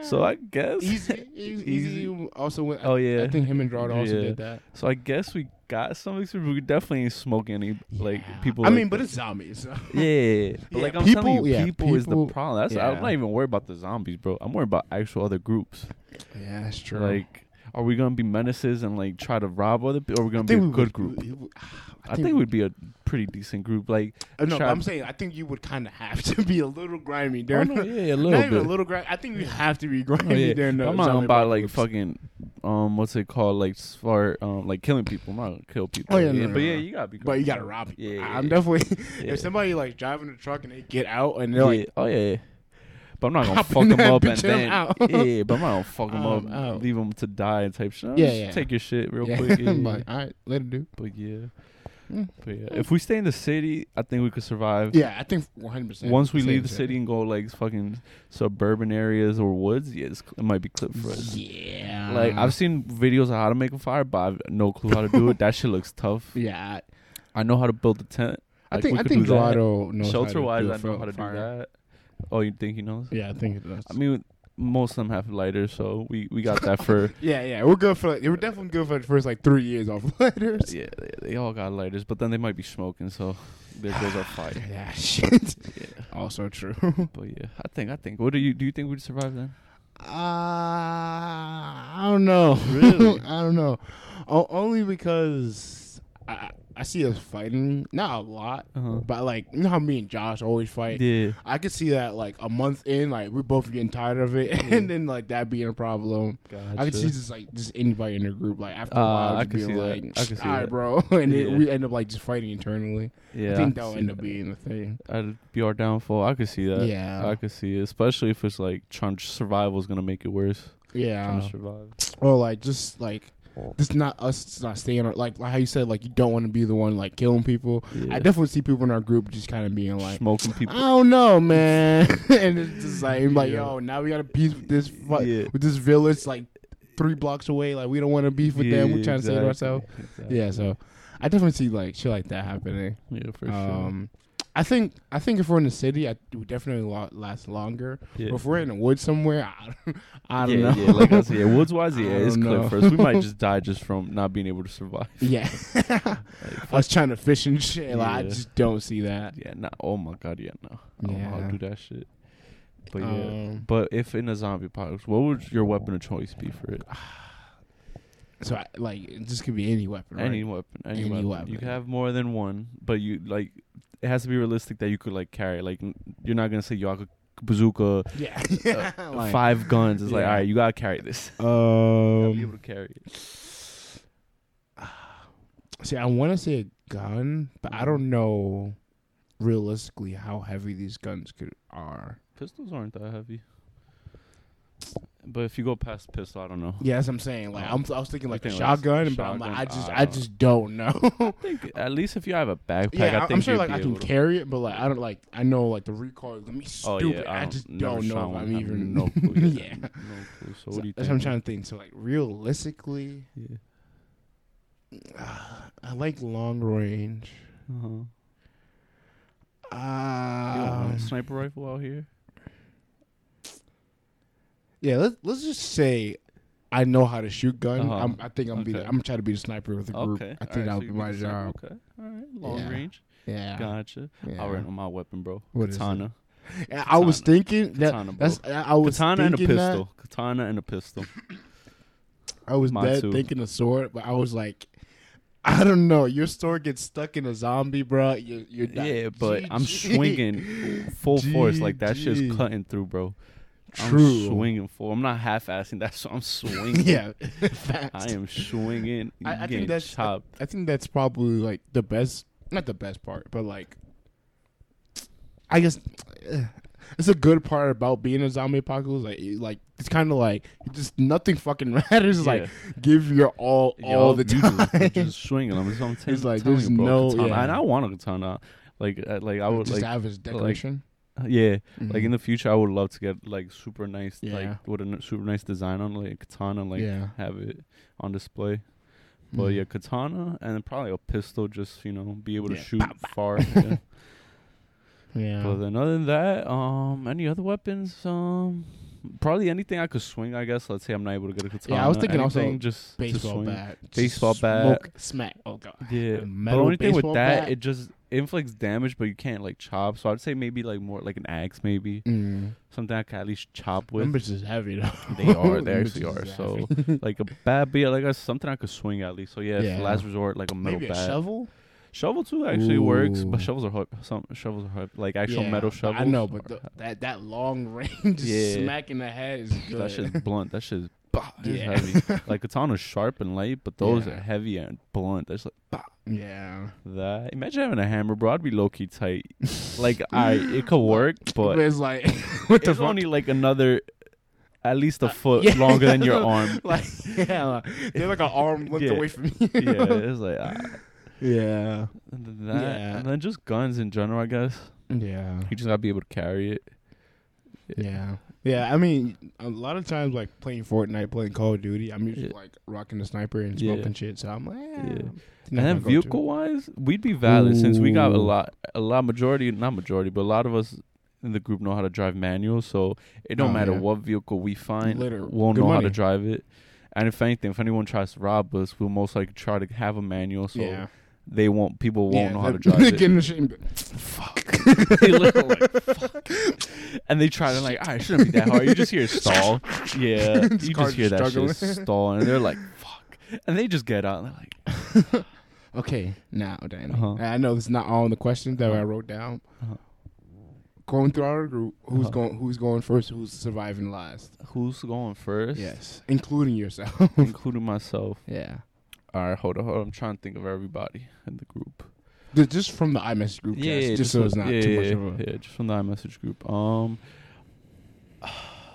So I guess easy, easy, easy. Also went. Oh, I- I yeah. think him and Gerard also Yeah. did that. so I guess we got some experience. We definitely ain't smoking any like Yeah. people. I like mean, but that. it's zombies. so- yeah. But Yeah, like I'm telling people- you, yeah, people, is the people- problem. That's yeah. I'm not even worried about the zombies, bro. I'm worried about actual other groups. yeah, that's true. Like, are we gonna be menaces and like try to rob other people? Or are we I gonna be a think good we would- group? we- we- I think we'd be a pretty decent group. Like, Uh, No, but try- I'm saying I think you would kind of have to be a little grimy during. Oh, no, yeah, a not little even bit. a little grimy. I think you have to be grimy Oh, yeah. during. The I'm not zombie about like apocalypse. fucking um what's it called like smart um like killing people. I'm not gonna kill people. Oh, yeah, no, no, but no, yeah, no. you gotta be. But you careful. gotta rob people. Yeah, yeah, I'm yeah. definitely. Yeah. If somebody like driving a truck and they get out and Yeah. they're like, oh yeah, yeah. But I'm not gonna Hop in fuck them that up and bitch, I'm then out. yeah, yeah, but I'm not gonna fuck them I'm up, out. leave them to die and type shit. I'll Yeah, just yeah. Take your shit real yeah. quick. Yeah, I'm yeah. like, all right, let it do. But yeah, Mm. but yeah. If we stay in the city, I think we could survive. Yeah, I think 100. percent Once we leave the city and go like fucking suburban areas or woods, yeah, it's, it might be clip for us. Yeah. Like I've seen videos of how to make a fire, but I've no clue how to do it. That shit looks tough. Yeah. I know how to build a tent. I Like, think we I could think do that. Gerardo knows how to Shelter wise, do I know how to fire. do that. Oh, you think he knows? Yeah, I think it does. I mean, most of them have lighters, so we, we got that for. yeah, yeah, we're good for. Like, we're definitely good for the first like three years off letters. yeah, they, they all got lighters, but then they might be smoking, so there goes our fire. Yeah, shit. Yeah, Also true. but yeah, I think I think. What do you do? You think we'd survive then? Uh, I don't know. Really? I don't know. O- only because I I see us fighting, not a lot, Uh-huh. but like you know how me and Josh always fight. Yeah, I could see that like a month in, like we're both getting tired of it, and then like that being a problem. I could see just like just anybody in the group, like after a Uh, while, I just could see being that. like, I could see "All right, that." bro," and Yeah. then we end up like just fighting internally. Yeah, I think could that would see end up being the thing. That'd be our downfall. I could see that. Yeah. I could see it, especially if it's like trying to survival is gonna make it worse. Trying Yeah, to survive. or like just like just not us just not staying like like how you said like you don't want to be the one like killing people. Yeah. I definitely see people in our group just kind of being like, smoking people. I don't know, man, and it's just like I'm like Yeah. yo, now we got to beef with this fu- Yeah. with this village like three blocks away. Like we don't want to beef with them. We're Yeah, trying to save exactly, ourselves. exactly. Yeah, so I definitely see like shit like that happening. yeah, for sure. Um, I think I think if we're in the city, I it would definitely lo- last longer. Yeah. But if we're in the woods somewhere, I don't, I don't yeah, know. yeah, like I said, yeah, woods wise, I yeah, it's don't clear know. first. We might just die just from not being able to survive. Yeah. Like, I was trying to fish and shit. Like, I Yeah. just don't see that. yeah, no. Oh my god, yeah, no. I don't know how Yeah. to do that shit. But yeah, Um, but if in a zombie apocalypse, what would your weapon of choice be for it? So I, like, this could be any weapon. Right? Any weapon, any, Any weapon. You weapon. can have more than one, but you like it has to be realistic that you could like carry. Like n- you're not gonna say you have a bazooka, Yeah. uh, Like, five um, guns. It's like Yeah. all right, you gotta carry this. You gotta be able Um. to carry it. See, I want to say a gun, but I Mm-hmm. don't know realistically how heavy these guns could are. Pistols aren't that heavy. But if you go past pistol, I don't know. Yeah, that's what I'm saying. Like, I'm, I was thinking You like a think, Oh. like, shotgun, but I'm like, I shotgun? just, I I don't- just don't know. I think at least if you have a backpack, I yeah, I think am sure you'd like be I can able to- carry it, but like I don't like, I know like the recoil is gonna be Oh stupid. yeah, I, just never don't shot know if one. I'm I have even. no clue. yeah. no clue. So, So what do that's you think? what I'm trying to think. So like realistically, Yeah. I like long range. Uh-huh. You don't Uh, want a sniper rifle out Um, here. yeah, let's let's just say I know how to shoot gun. Uh-huh. I'm, I think I'm be the, Okay. I'm trying to be the sniper with the group. Okay. I think that'll All right, so be you my can sniper. job. Okay. All right. Long Yeah. range. Yeah. Gotcha. yeah. I'll rent my weapon, bro. What is it? katana. Yeah, I was Katana. thinking that. Katana, bro. That's I I was katana and a thinking that. pistol. Katana and a pistol. I was Mine dead too. thinking a sword, but I was like, I don't know. Your sword gets stuck in a zombie, bro. You're, you're not- yeah, but I'm GG. swinging full force. Like that shit's GG. cutting through, bro. True. I'm swinging full. I'm not half-assing. That's what I'm swinging. yeah, facts. I am swinging. I- I I, think getting that's- uh, chopped. I think that's probably like the best, not the best part, but like, I guess eh, it's a good part about being a zombie apocalypse. Like, it- like it's kind of like just nothing fucking matters. It's Like, give your all all the time. Just, you just swinging. I'm just, I'm t- It's like, telling there's you, bro, no- katana. yeah. And I want a katana. Like, uh, like I would just like, have his decoration. yeah. Like Mhm. in the future, I would love to get like super nice, Yeah. like with a n- super nice design on like a katana, like Yeah. have it on display. But Mhm. yeah, katana and then probably a pistol, just you know, be able to Yeah. shoot far. yeah. yeah. But then other than that, um, any other weapons? Um, probably anything I could swing. I guess. Let's say I'm not able to get a katana. Yeah, I was thinking also anything just to baseball swing. bat, Baseball bat. smoke, smack. Oh god, Yeah, A but metal only thing with baseball that, bat? it just inflicts damage, but you can't like chop. So I'd say maybe like more like an axe, maybe mm. something I can at least chop Them with. bitches is heavy though. They are, they Them actually bitches are. is So heavy. like a bat, but yeah, like I, something I could swing at least. So yeah, if Yeah. last resort, like a metal maybe a bat, shovel. shovel too actually works, but Ooh. shovels are hard. Some shovels are hard, like actual Yeah, metal but shovels. I know, but are- the, that that long range Yeah. smack in the head is good. that shit's blunt. That shit's bah, it's Yeah. heavy. like katana's sharp and light, but those Yeah. are heavy and blunt. That's like bah. Mm. yeah. That imagine having a hammer, bro. I'd be low key tight. Like I, it could work, but But it's like what the it's fuck? only like another, at least a foot yeah. longer than your arm. like yeah, like, they're like an arm linked Yeah. away from you. yeah, it's like ah, yeah, and then that, Yeah. and then just guns in general. I guess yeah, you just gotta be able to carry it. yeah, yeah. I mean, a lot of times, like playing Fortnite, playing Call of Duty, I'm usually Yeah. like rocking the sniper and Yeah. smoking shit. So I'm like, eh, Yeah. it's not And then my go-to. vehicle wise, we'd be valid since we got a Ooh. lot, a lot majority, not majority, but a lot of us in the group know how to drive manual. So it don't Oh, matter yeah. what vehicle we find, Literal. we'll Good know how to money. drive it. And if anything, if anyone tries to rob us, we'll most likely try to have a manual, so yeah, they won't, people won't yeah, Oh, know how to they- drive they it. get in the shit and be like, fuck. They look like, "Fuck." And they try to like, all right, it shouldn't be that hard. You just hear stall, yeah. you This car just hear that shit struggling. stall, and they're like, fuck, and they just get out. And they're like, Okay, now Danny, Uh-huh. I know it's not all in the questions that I wrote down. Uh-huh. Going through our group, who's Uh-huh. going? Who's going first? Who's surviving last? who's going first? Yes, including yourself. including myself. yeah, All right, hold on, hold on. I'm trying to think of everybody in the group. Ju- just from the iMessage group, yeah, just, so it's not yeah, too yeah, much of a. yeah, just from the iMessage group. Um,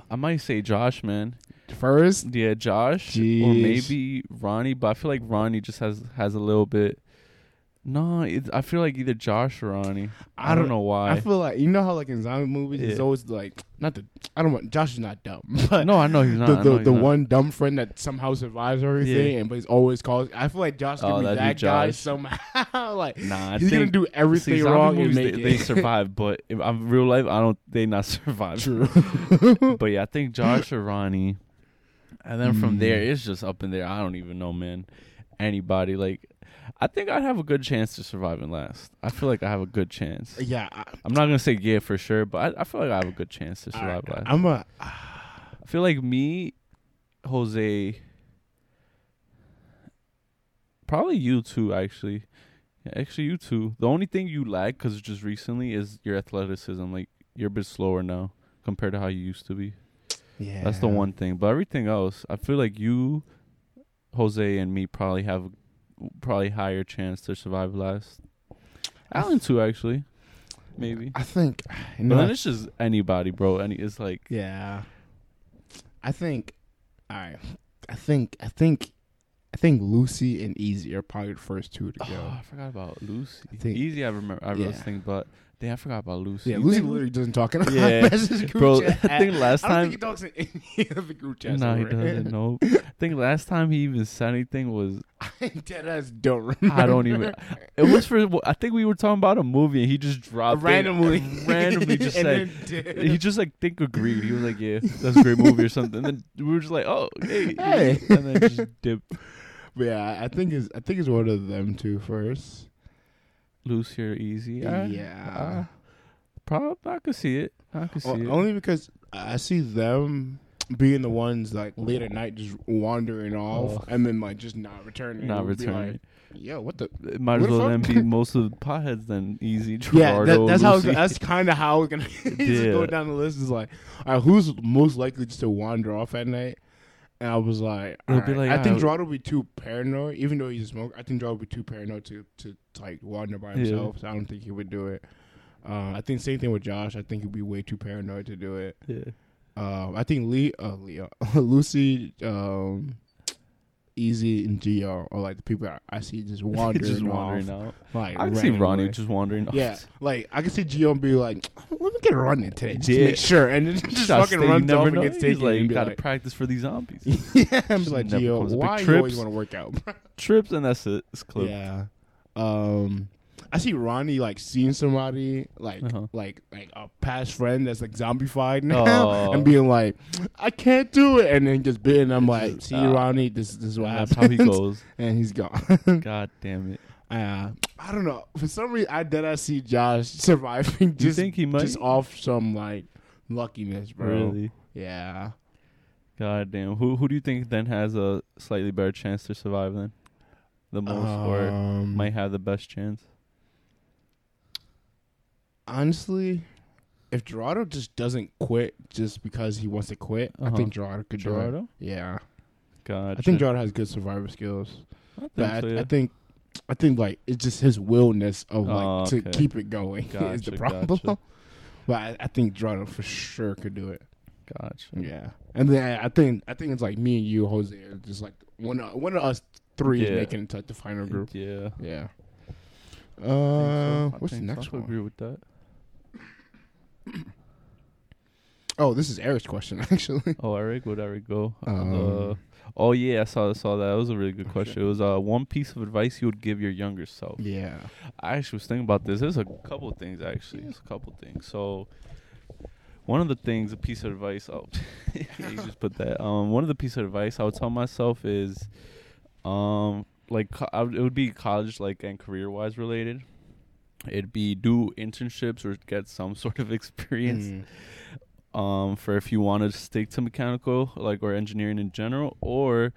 I might say Josh, man. First, Yeah, Josh, or Jeez. maybe Ronnie, but I feel like Ronnie just has has a little bit No, it's, I feel like either Josh or Ronnie. I I don't don't- know why. I feel like you know how like in zombie movies it's Yeah. always like not the I don't want Josh is not dumb, but no, I know he's not. the I the, know he's the not. one dumb friend that somehow survives everything Yeah. and but he's always calls. I feel like Josh could Oh, be that'd be that guy Josh. somehow. like Nah, I he's gonna think- do everything See, zombie wrong and movies, make they, it they survive, but if I'm real life, I don't. They not survive. true. But yeah, I think Josh or Ronnie, and then Mm. from there it's just up in there. I don't even know, man. Anybody like, I think I'd have a good chance to survive and last. I feel like I have a good chance. yeah, I, I'm not gonna say yeah for sure, but I, I feel like I have a good chance to I, survive last. I'm a I feel like me, Jose, probably you too. Actually, yeah, actually you too. The only thing you lack because just recently is your athleticism. Like you're a bit slower now compared to how you used to be. yeah. That's the one thing. But everything else, I feel like you, Jose, and me probably have probably higher chance to survive last. Alan too, actually, maybe. I think. You But know, then it's just anybody, bro. Any, it's like Yeah. I think all right. I think I think I think Lucy and Easy are probably the first two to go. Oh, I forgot about Lucy. I think- Easy, I remember. I was Yeah. listening, but damn, I forgot about Lucy. yeah, You Lucy think- literally doesn't talk in our Yeah. message group Bro, chat. I think last I don't time. think he talks in any of the group chats. No, he we're in. doesn't. No, I think last time he even said anything was I deadass don't remember. I don't even. It was for I think we were talking about a movie, and he just dropped it. randomly, randomly just And said. then did. He just like think agreed. He was like, "Yeah, that's a great movie" or something. And then we were just like, "Oh, hey,", Hey. and then just dip. But yeah, I think it's I think it's one of them two first. Lucy or Easy? I- Yeah. I- prob- I could see it. I could see O- it. only because I see them being the ones like late at night just wandering off Oh. and then like just not returning. not It would be returning. Like, Yo, what the? It might What as the well then fuck? be most of the potheads then easy. Yeah, Gerardo, that, that's how. It's, Lucy. that's kind of how we're gonna just Yeah. go down the list. Is like, all right, who's most likely just to wander off at night? And I was like, all It'll be right. like, uh, I think I- Gerardo would be too paranoid, even though he's a smoker. I think Gerardo would be too paranoid to to, to, like wander by Yeah. himself. So I don't think he would do it. Um, I think same thing with Josh. I think he'd be way too paranoid to do it. Yeah. Um, I think Lee, uh, Leo, Lucy, um, Easy, and Gr are like the people I, I see just wandering, just wandering off. out. Like, I can see randomly. Ronnie just wandering off. Yeah, like I can see Gio be like, "Let me get a run in today, just to Yeah. make sure," and then just Shots fucking that you runs never off and know. gets He's taken. like, and you be gotta like, practice for these zombies. yeah, I'm just like, never Gio, comes up. Big why you always trips. want to work out? bro?" Trips and that's it. It's clip. yeah, um, I see Ronnie like seeing somebody like Uh-huh. like like a past friend that's like zombified now, Oh. and being like, "I can't do it," and then just being, I'm like, just, "See, uh, Ronnie, this this is what That's happens," how he goes. and he's gone. God damn it. Uh, I don't know. For some reason, I did I see Josh surviving. Do you Just, think he might just off some like luckiness, bro? really? Yeah. God damn. Who who do you think then has a slightly better chance to survive then? The most or Um, might have the best chance? honestly, if Gerardo just doesn't quit just because he wants to quit, I Uh-huh. think Gerardo could do it. Gerardo? Yeah, God. I think Gerardo has good survivor skills, I think, but I, so, yeah. I think. I think like it's just his willness of like Oh, to okay. keep it going is the Gotcha, problem. gotcha. But I, I think Gerardo for sure could do it. Gotcha. Yeah, and then I think I think it's like me and you, Jose, are just like one of, one of us three Yeah. is making it to the final group. Yeah. Yeah. I think Uh, so. I what's the think so. next I would one? agree with that. Oh, this is Eric's question actually. Oh, Eric, would Eric go? Uh, Um, oh yeah, I saw saw that. That was a really good Oh, question. It was uh, one piece of advice you would give your younger self. yeah. I actually was thinking about this. There's a couple of things actually. There's a couple of things. So one of the things, a piece of advice. Oh, you just put that. Um, one of the piece of advice I would tell myself is, um, like co- I would, it would be college, like and career wise related. It'd be do internships or get some sort of experience Mm. um, for if you want to stick to mechanical, like or engineering in general, or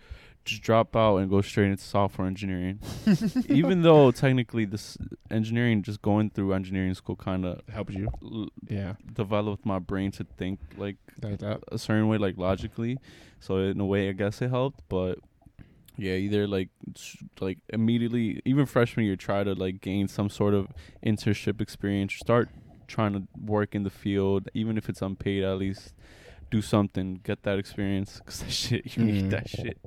just drop out and go straight into software engineering. Even though technically this engineering, just going through engineering school, kind of Helped you. l- Yeah. developed my brain to think like Like that. a certain way, like logically. So in a way, I guess it helped. But yeah, either like s- like immediately, even freshman year, try to like gain some sort of internship experience. Start trying to work in the field, even if it's unpaid. At least do something, get that experience. Cause that shit, you need Mm. that shit.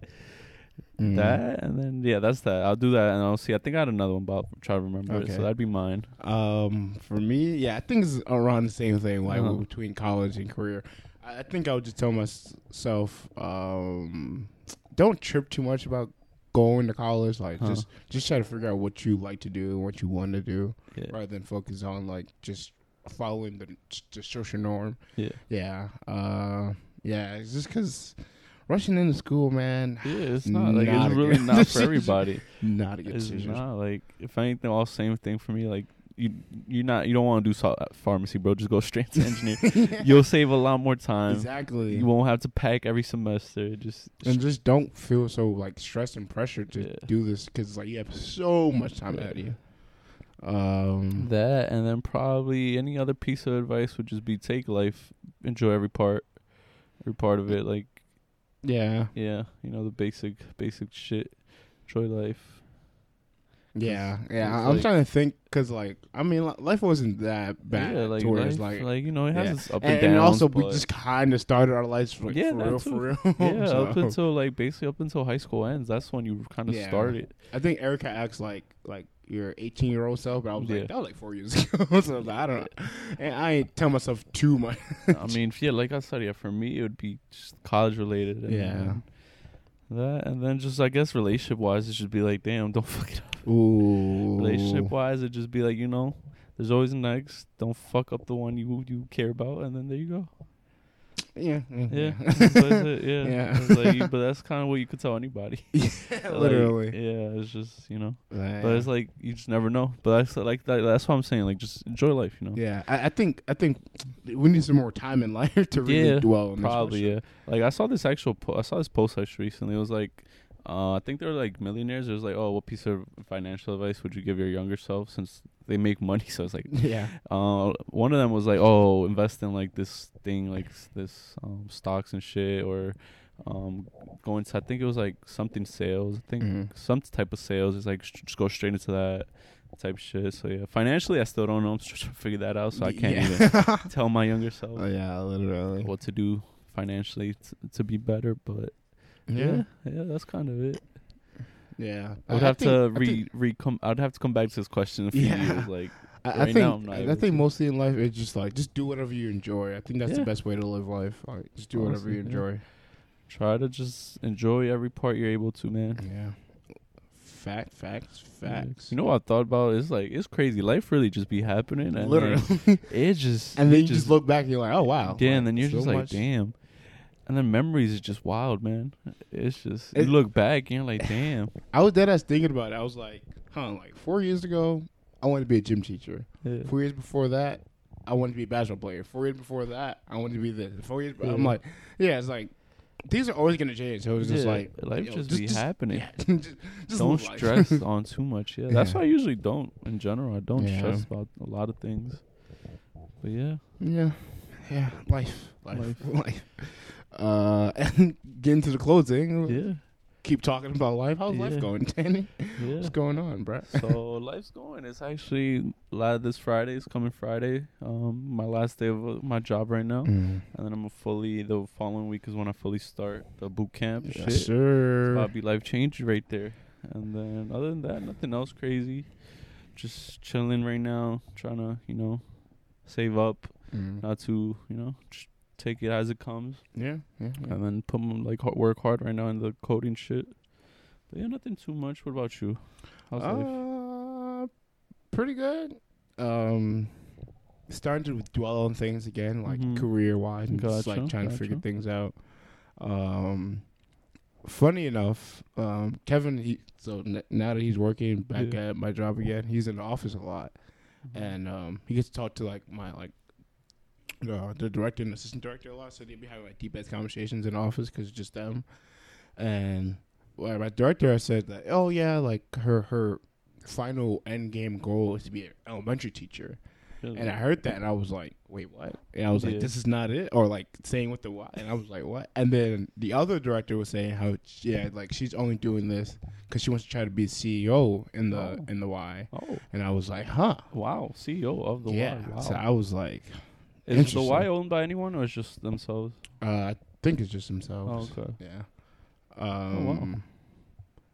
That and then yeah, that's that. I'll do that and I'll see. I think I had another one, but I'll try to remember it. Okay. So that'd be mine. Um, for me, yeah, I think it's around the same thing, like Uh-huh. between college and career. I I think I would just tell myself, um, don't trip too much about going to college. Like, Huh. just just try to figure out what you like to do and what you want to do, Yeah. rather than focus on like just following the the social norm. Yeah. Yeah, uh, yeah, it's just because rushing into school, man, Yeah, it's not like Not a it's really good not for decision. everybody. not a good It's decision. not like if anything, all same thing for me. Like you, you're not you don't want to do sol- pharmacy, bro. Just go straight to engineering. You'll save a lot more time. exactly. You won't have to pack every semester. Just and just don't feel so like stressed and pressured to Yeah. do this because like you have so much time ahead of you. Um, that, and then probably any other piece of advice would just be take life, enjoy every part, every part of it. Like yeah, yeah, you know the basic basic shit. Enjoy life. yeah, yeah. it's I- I'm like- trying to think because like I mean, li- life wasn't that bad. yeah, like like, towards, life, like, like you know it has yeah. its up and, and, downs. and also we but- just kind of started our lives like, Yeah, for that real, too. for real. yeah, So, up until like basically up until high school ends. That's when you kind of Yeah. start it. I think Erica acts like like your 18 year old self, but I was Yeah. like that was like four years ago. so like, I don't, and I ain't tell myself too much. I mean, yeah, like I said, yeah, for me it would be just college related. And, Yeah. and that and then just I guess relationship wise, it should be like, damn, don't fuck it up. Ooh, Relationship wise, it just be like, you know, there's always an ex. Don't fuck up the one you you care about, and then there you go. yeah, Yeah, that's it, yeah. Yeah. It's like, but that's kind of what you could tell anybody. Like, literally. yeah, it's just you know, Like- but it's like you just never know. But that's like that, that's what I'm saying. Like just enjoy life, you know. yeah, I, I think I think we need some more time in life to really Yeah, dwell on Probably, this. yeah. Like I saw this actual, po- I saw this post actually recently. It was like, uh, I think they were like millionaires. It was like, oh, what piece of financial advice would you give your younger self since they make money? So it's like, Probably, yeah. uh, one of them was like, oh, invest in like this thing, like s- this um, stocks and shit, or um, go into. I think it was like something sales. I think Mhm. some type of sales. It's like sh- just go straight into that type shit. So yeah, financially, I still don't know. I'm still trying to figure that out, so I can't yeah. even tell my younger self Oh, yeah, literally. what to do financially t- to be better. But Yeah, yeah, yeah, that's kind of it. yeah. I would I have think- to I re think- re come. I'd have to come back to this question in a few Yeah. years. Like I, I right now I'm think not I able think mostly in life it's just like just do whatever you enjoy. I think that's Yeah. the best way to live life. Like, just do whatever Honestly, you yeah. enjoy. try to just enjoy every part you're able to, man. Yeah. Fact, facts, facts. You know what I thought about? It's like it's crazy. Life really just be happening, and literally. literally, it just and it then you just look back and you're like, oh wow. yeah, and then you're so just like, much- damn. And then memories is just wild, man. It's just It- you look back and you're like, damn. I was dead ass thinking about it. I was like, huh, like four years ago, I wanted to be a gym teacher. Yeah. Four years before that, I wanted to be a basketball player. Four years before that, I wanted to be this. Four years, I'm Yeah. like, yeah, it's like things are always gonna change. So it's just Yeah, like life yo, just, be happening. yeah, just, just don't live life. stress on too much. Yeah, that's Yeah. why I usually don't. In general, I don't Yeah. stress about a lot of things. But yeah, yeah, yeah, life, life, Life. life. Uh, and getting to the closing. yeah, Keep talking about life. How's life Yeah. going, Danny? yeah. What's going on, bro? so life's going. It's actually la- this Friday. It's coming Friday. Um, my last day of uh, my job right Mm. now, and then I'm a fully the following week is when I fully start the boot camp. and Yes, shit. sir. Bobby life change right there. And then other than that, nothing else crazy. Just chilling right now, trying to you know save up. Mm. not to you know just take it as it comes Yeah, yeah, yeah. and then put m- like hard, work hard right now in the coding shit but yeah nothing too much what about you how's life Uh, pretty good. Um, starting to dwell on things again, like Mhm. career wise, and just Gotcha, like trying to figure gotcha. things out. Um, funny enough, um, Kevin. He, so n- now that he's working back Yeah. at my job again, he's in the office a lot, and um, he gets to talk to like my like. Uh, the director and assistant director a lot, so they'd be having like deep ass conversations in the office because it's just them. And well, my director had said that, oh yeah, like her her final end game goal is to be an elementary teacher. And I heard that and I was like, wait, what? And I was like, Yeah. this is not it, or like saying with the why. And I was like, what? And then the other director was saying how yeah, like she's only doing this because she wants to try to be CEO in the Oh. in the why. oh And I was like, huh. wow E ceo of the yeah. y wow So I was like, is the y interesting. owned by anyone or is just themselves uh, I think it's just oh themselves. okay Yeah. Um,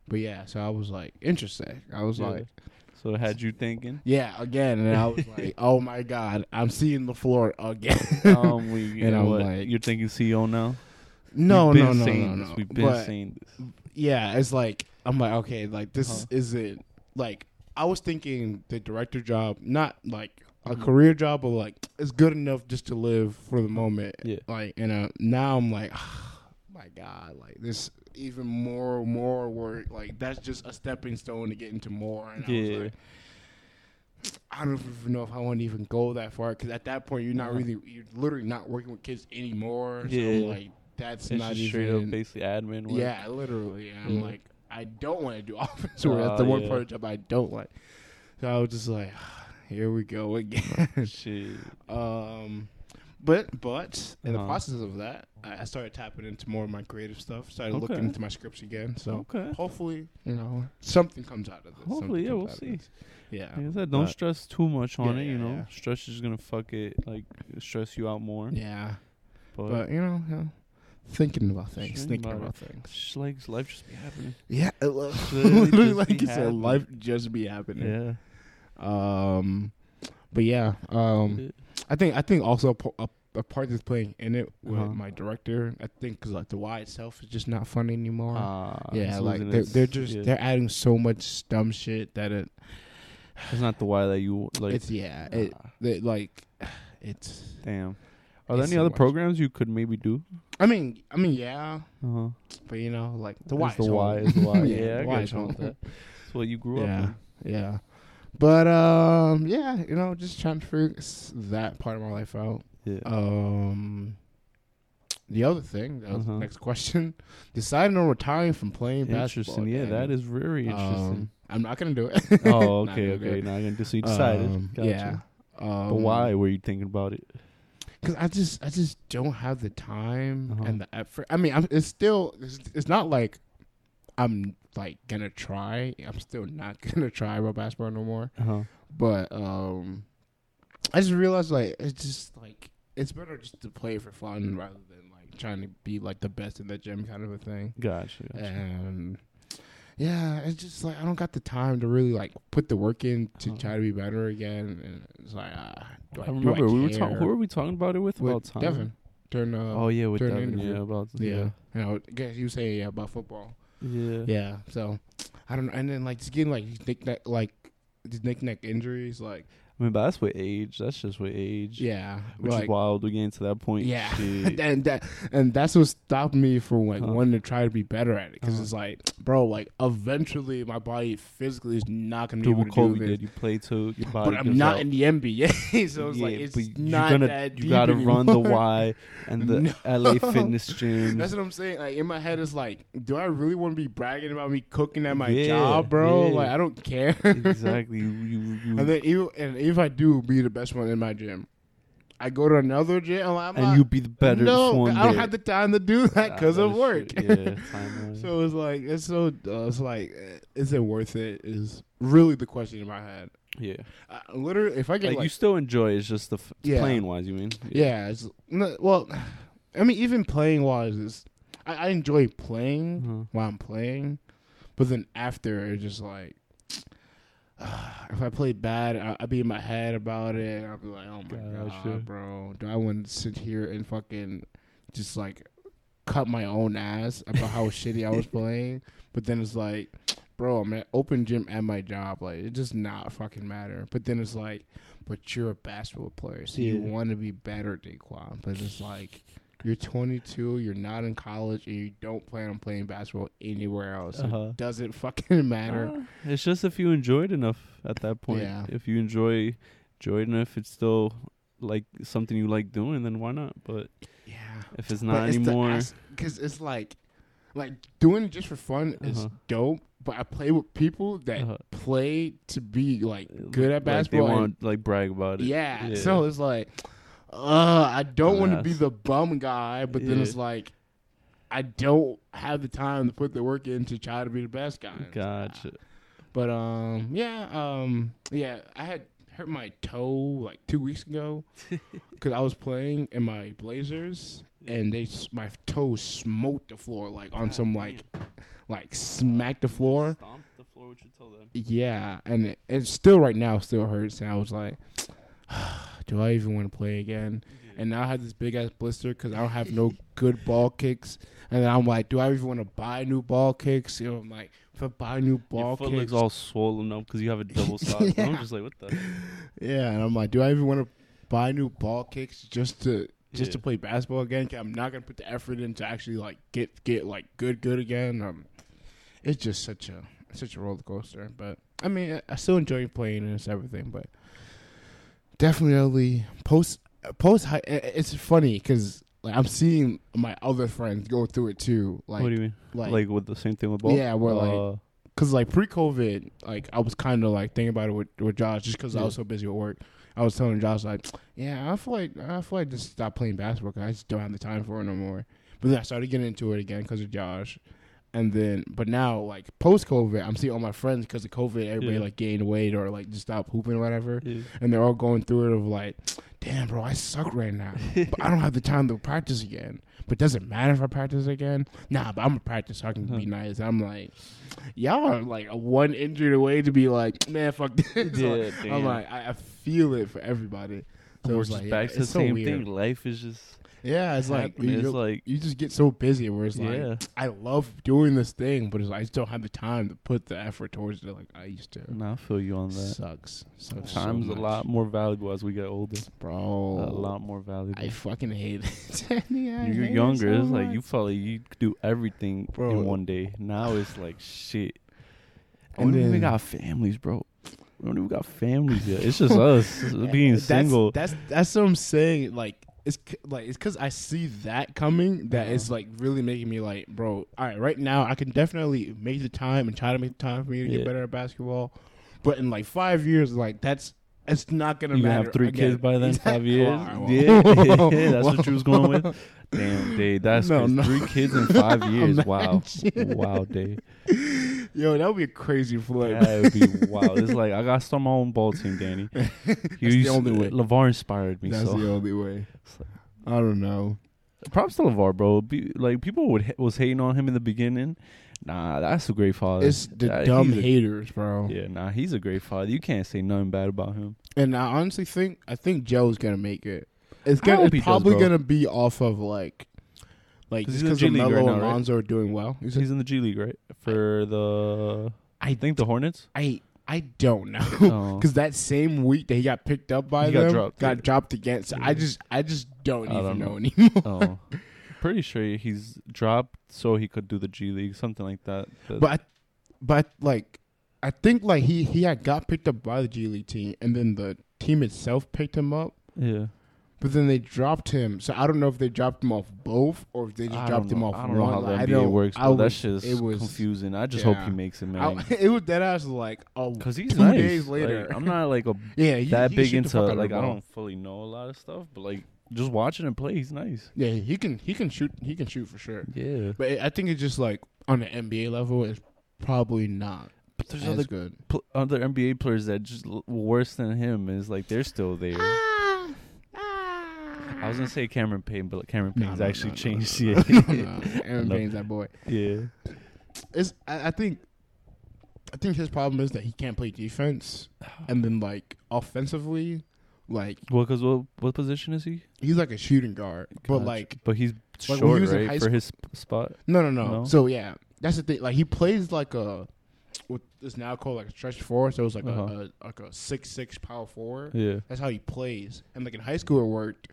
But yeah, so I was like interesting. I was Yeah. like, So it had you thinking? yeah, again, and I was like, oh my god, I'm seeing the floor again. Um, we, you And know I'm what? like- you're thinking CO now? no, We've no, been no, saying no, no, this. We've been But- saying this. yeah, it's like I'm like okay, like this Huh. isn't like I was thinking the director job, not like Mm-hmm. a career job, but like it's good enough just to live for the moment. Yeah. Like and uh, now I'm like, my God, like this even more more work. Like that's just a stepping stone to get into more. And I Yeah. was like, I don't even know if I want to even go that far because at that point you're not Uh-huh. really you're literally not working with kids anymore. So Yeah. like that's It's, not just even straight up basically admin. Work. yeah, literally. And I'm Yeah. like, I don't want to do offense work. That's the Oh, one yeah. part of the job I don't like. So I was just like, here we go again. Shit. um, but but in the Uh-huh. process of that, I, I started tapping into more of my creative stuff. Started Okay. looking into my scripts again. So Okay. hopefully, you know, something comes out of this. Something Hopefully, yeah, comes we'll out of see. this. Yeah. Like I said, don't But- stress too much on Yeah, it. yeah, You know, yeah. stress is gonna fuck it, like stress you out more. Yeah. But, But you know, you know, thinking about things, Thinking thinking about about things. just like life just be happening. Yeah, it lo- literally Literally just like be you said, happening. life just be happening. Yeah. Um, but yeah, um, I think I think also a, po- a, a part that's playing in it with Uh-huh. my director. I think because like the Y itself is just not fun anymore. Uh, yeah, like they're, they're just they're adding so much dumb shit that it It's not the why that you like. it's yeah it, ah, it like it's. damn. Are there it's any so other much. programs you could maybe do? I mean, I mean, yeah, Uh-huh. but you know, like the Y, It's The is why. home. Is the why. Yeah, yeah, the I why got is you home. with that. That's what you grew up. yeah, in. yeah. But um, yeah, you know, just trying to figure s- that part of my life out. Yeah. Um, the other thing that was the Uh-huh. next question: deciding on retiring from playing basketball. interesting. Yeah, that is very interesting. Um, I'm not gonna do it. oh, Not okay, gonna do okay. it. Now you just decided. Um, gotcha. Yeah. Um, But why were you thinking about it? Because I just, I just don't have the time Uh-huh. and the effort. I mean, I'm, it's still, it's, it's not like I'm like gonna try. I'm still not gonna try about basketball no more. Uh-huh. But um, I just realized like it's just like it's better just to play for fun rather than like trying to be like the best in the gym kind of a thing. Gotcha. gotcha. And yeah, it's just like I don't got the time to really like put the work in to Uh-huh. try to be better again. And it's like uh, do I, I remember do I we were talking. care? Who were we talking about it with? With about time. Devin. Turn uh, Oh yeah, with during the Devin. interview. Yeah, about yeah. You know, I guess you say yeah, about football. yeah. Yeah. So I don't know. And then like just getting like these knick neck like these knick neck injuries like I mean, but that's with age. That's just with age. yeah which like, is wild. We getting to that point. Yeah, Shit. and that and that's what stopped me from like Huh. wanting to try to be better at it because Uh-huh. it's like, bro, like eventually my body physically is not gonna be Do able what to Kobe do this. did. You play till your body. But I'm gives not out. in the NBA, so it's like Yeah, it's but you're not gonna- that deep You gotta run the anymore. Y and the No. LA Fitness Gym. That's what I'm saying. Like in my head, it's like, do I really want to be bragging about me cooking at my Yeah, job, bro? yeah. Like I don't care. exactly. You, you, you- and then even and if I do be the best one in my gym, I go to another gym. I'm like, and you be the better No, one. I don't there. have the time to do that Ah, because of shit. work. Yeah, Mm-hmm. time So it's like it's so uh, it's like eh, is it worth it? Is really the question in my head. yeah. I, literally, if I get Like, like, you still enjoy. it, It's just the f- Yeah. playing wise. You mean? yeah, it's no, well, I mean even playing wise is I, I enjoy playing Uh-huh. while I'm playing, but then after it's just like. If I play bad, I- I'd be in my head about it. I'd be like, "Oh my Gotcha. god, bro, do I want to sit here and fucking just like cut my own ass about how shitty I was playing?" But then it's like, bro, I'm at open gym at my job. Like, it does not fucking matter. But then it's like, but you're a basketball player, so you Yeah. want to be better, Daquan. But it's like, you're 22, you're not in college, and you don't plan on playing basketball anywhere else. So Uh-huh. It doesn't fucking matter. Uh, it's just if you enjoyed enough at that point. Yeah. If you enjoy enjoy it enough, it's still like something you like doing, then why not? But yeah. if it's not anymore, Because it's like, like doing it just for fun is Uh-huh. dope. But I play with people that uh, play to be like like, good at basketball. they and want to like brag about it. Yeah. So it's like, uh, I don't want to be Yes. the bum guy, but then Yeah. it's like, I don't have the time to put the work in to try to be the best guy. It's like, gotcha. ah. But um, yeah, um, yeah, I had hurt my toe like two weeks ago because I was playing in my Blazers and they s- my toe smote the floor like on some like like smacked the floor. Stomp the floor. What you tell them? Yeah, and it, it still right now still hurts. And I was like, do I even want to play again? Mm-hmm. And now I have this big ass blister because I don't have no good ball kicks. And then I'm like, do I even want to buy new ball kicks? You know, I'm like, if I buy new Your ball foot kicks, looks all swollen up because you have a double sock. I'm Yeah. just like, what the? yeah. And I'm like, do I even want to buy new ball kicks just to just to Yeah. play basketball again? 'Cause I'm not gonna put the effort in to actually like get get like good good again. Um, it's just such a such a roller coaster. But I mean, I, I still enjoy playing and it's everything. But definitely post post high. It's funny because like I'm seeing my other friends go through it too. Like what do you mean? Like, like with the same thing with ball? Yeah, we're like- Uh, because like pre-COVID, like I was kind of like thinking about it with, with Josh, just because Yeah. I was so busy with work. I was telling Josh like, yeah, I feel like I feel like just stop playing basketball. 'cause I just don't have the time for it no more. But then I started getting into it again because of Josh, and then but now like post-COVID, I'm seeing all my friends because of COVID, everybody Yeah. like gained weight or like just stopped hooping or whatever, yeah. and they're all going through it of like, damn, bro, I suck right now, but I don't have the time to practice again. But does it matter if I practice again? Nah, but I'm gonna practice so I can Uh-huh. be nice. I'm like, y'all are like a one injury away to be like, man, fuck this. Yeah, Like, damn. I'm like, I, I feel it for everybody. So we're it's just like, yeah, back to the it's so same weird. thing. Life is just. Yeah, it's like happening. you, it's like you just get so busy where it's like, Yeah. I love doing this thing, but it's like, I just don't have the time to put the effort towards it like I used to. nah, I feel you on that. Sucks. Sucks. so Time's a much. lot more valuable as we get older. bro. a lot more valuable. I fucking hate it. Yeah, I you're hate it younger. so it's like you much. felt like you could do everything Bro. in one day. Now it's like shit. And And we even then- got families, bro. We don't even got families yet. It's just us uh, being that's, single. That's that's what I'm saying. Like it's c- like it's because I see that coming that it's like really making me like, bro. All right, right now I can definitely make the time and try to make the time for me to Yeah. get better at basketball. But in like five years, like that's it's not gonna you gonna matter. have three again. kids by then, Exact- five years. Wow, wow. Yeah, yeah, that's what you was going with. Damn, day, that's No, crazy. no. three kids in five years. wow, Imagine. wow, day. Yo, that would be a crazy flip. That would be wild. It's like I got to start my own ball team, Danny. the only way. Levar inspired me. that's so the only way. It's like- I don't know. props to Levar, bro. Be, like people would ha- was hating on him in the beginning. Nah, that's a great father. It's the That- dumb he's a- haters, bro. Yeah, nah, he's a great father. You can't say nothing bad about him. And I honestly think I think Joe's gonna make it. It's I gonna hope it's he does, probably bro. gonna be off of like like 'Cause just he's in because the of G League Melo right now, and right? Lonzo are doing well. He's He's in the G League, right? For the I I- think the Hornets. I I don't know because No. that same week that he got picked up by He got them dropped, yeah. dropped again. So Yeah. I just I just don't I even don't know. know. anymore. oh, pretty sure he's dropped so he could do the G League, something like that. The- But I, but like I think like he he had got picked up by the G League team and then the team itself picked him up. yeah, But then they dropped him, so I don't know if they dropped him off both or if they just I dropped don't him know. off I one. don't know how Like, I the NBA don't- works, I but that was- shit's it was confusing. I just hope yeah. he makes it, man. I, it was dead ass like oh Cause he's two nice. days Like, later. I'm not like a yeah he, that he can big shoot the into fuck out of like the I ball. don't fully know a lot of stuff, but like just watching him play, he's nice. yeah he can he can shoot he can shoot for sure Yeah, but it, I think it's just like on the NBA level it's probably not but there's as other good pl- other NBA players that just l- worse than him is like they're still there. I was gonna say Cameron Payne, but Cameron No, Payne's no, actually no, no, changed. no, yeah, no, no. Aaron No. Payne's that boy yeah. it's I, I think I think his problem is that he can't play defense and then like offensively like Well, cause what what position is he? he's like a shooting guard but Gotcha. like but he's when short, he was in right, high for his sp- spot. No, no, no, No? So yeah, that's the thing. Like he plays like a what is now called like a stretch four. So it's like Uh-huh. a, a like a six six power forward. Yeah, That's how he plays. And like in high school it worked,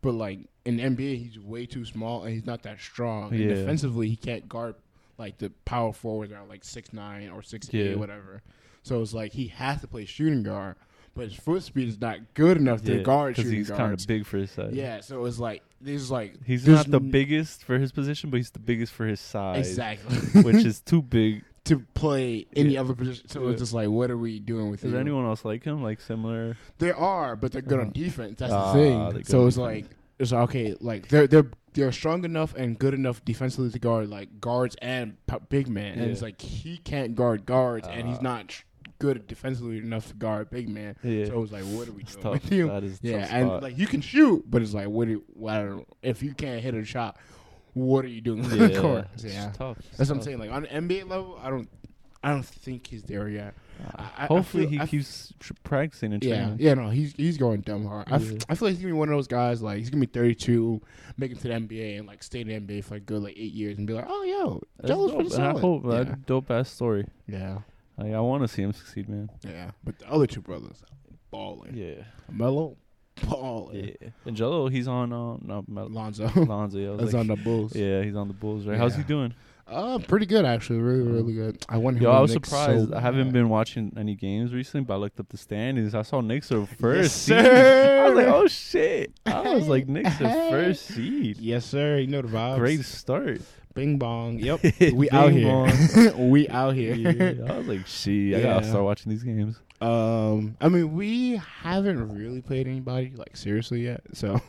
but like in NBA he's way too small and he's not that strong. And Yeah. defensively he can't guard like the power forwards that are like six nine or six eight Yeah. or whatever. So it's like he has to play shooting guard, but his foot speed is not good enough yeah. to guard shooting he's kind guards. of big for his size. yeah, so it's like there's like he's there's not the n- biggest for his position, but he's the biggest for his size. exactly which is too big. to play any Yeah. other position. So Yeah. it's just like, what are we doing with Is you? anyone else like him? Like similar? They are, but they're good Uh-huh. on defense. That's Ah, the they're thing. good So on it's defense. like it's like, okay. Like they're they're they're strong enough and good enough defensively to guard like guards and p- big man. And it's Yeah. like he can't guard guards, and Ah. he's not tr- good defensively enough to guard big man. Yeah. So it's like, what are we It's doing tough. with you? That is a Yeah, tough and spot. like you can shoot, but it's like, what? Do, well, I don't know. If you can't hit a shot, what are you doing in the court? it's Yeah, tough. It's that's what I'm tough. saying. Like on an NBA level, I don't, I don't think he's there yet. I- I- I Ah, Hopefully feel- he I f- keeps tr- practicing and Yeah, training. yeah, no, he's he's going dumb hard. I f I I, Yeah. feel like he's gonna be one of those guys. Like he's gonna be 32, make it to the NBA and like stay in the NBA for like good like eight years and be like, oh yo, That's that was dope, pretty and solid. I hope yeah. that dope ass story. yeah, Like, I want to see him succeed, man. yeah. But the other two brothers, balling. Yeah, Melo, balling. yeah. And Jello, he's on um, not Mel- Lonzo, Lonzo. yeah, I was that's like- on the Bulls. Yeah, he's on the Bulls, right? How's he Yeah. doing? Uh, pretty good actually. Really, really good. I want him. Uh-huh. Yo, to I was Knicks surprised. so I haven't bad. been watching any games recently, but I looked up the standings. I saw Knicks are first. seed. I was like, sir. oh shit! I was like, Knicks are Hey. first seed. Yes, sir. You know the vibes. Great start. Bing bong. Yep. We out Bing here. we out here. Yeah, I was like, shit, I gotta Yeah. start watching these games. Um, I mean, we haven't really played anybody like seriously yet. So,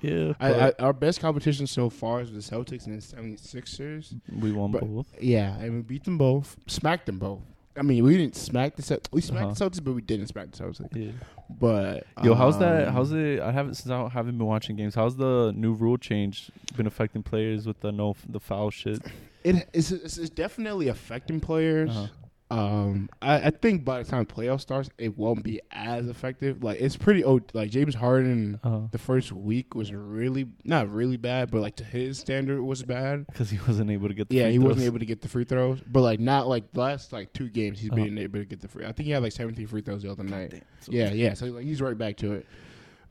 Yeah, I, I, but our best competition so far is the Celtics and the 76ers. we won but- both. Yeah, and we beat them both, smacked them both. I mean, we didn't smack the Celtics. We smacked the Celtics, but we didn't smack the Celtics. Yeah. But Uh-huh. Yo, how's that? um, How's it? I haven't since I haven't been watching games. How's the new rule change been affecting players with the no the foul shit? It is it's, it's definitely affecting players. Uh-huh. Um, I, I think by the time playoff starts, it won't be as effective. Like it's pretty old. Like James Harden, Because the first week was really not really bad, but like to his standard was bad. he wasn't able to get the Yeah, free he wasn't throws. able to get the free throws, but like not like the last like two games he's Uh-huh. been able to get the free. I think he had like seventeen free throws the other night. Damn, so- Yeah, yeah. So like he's right back to it.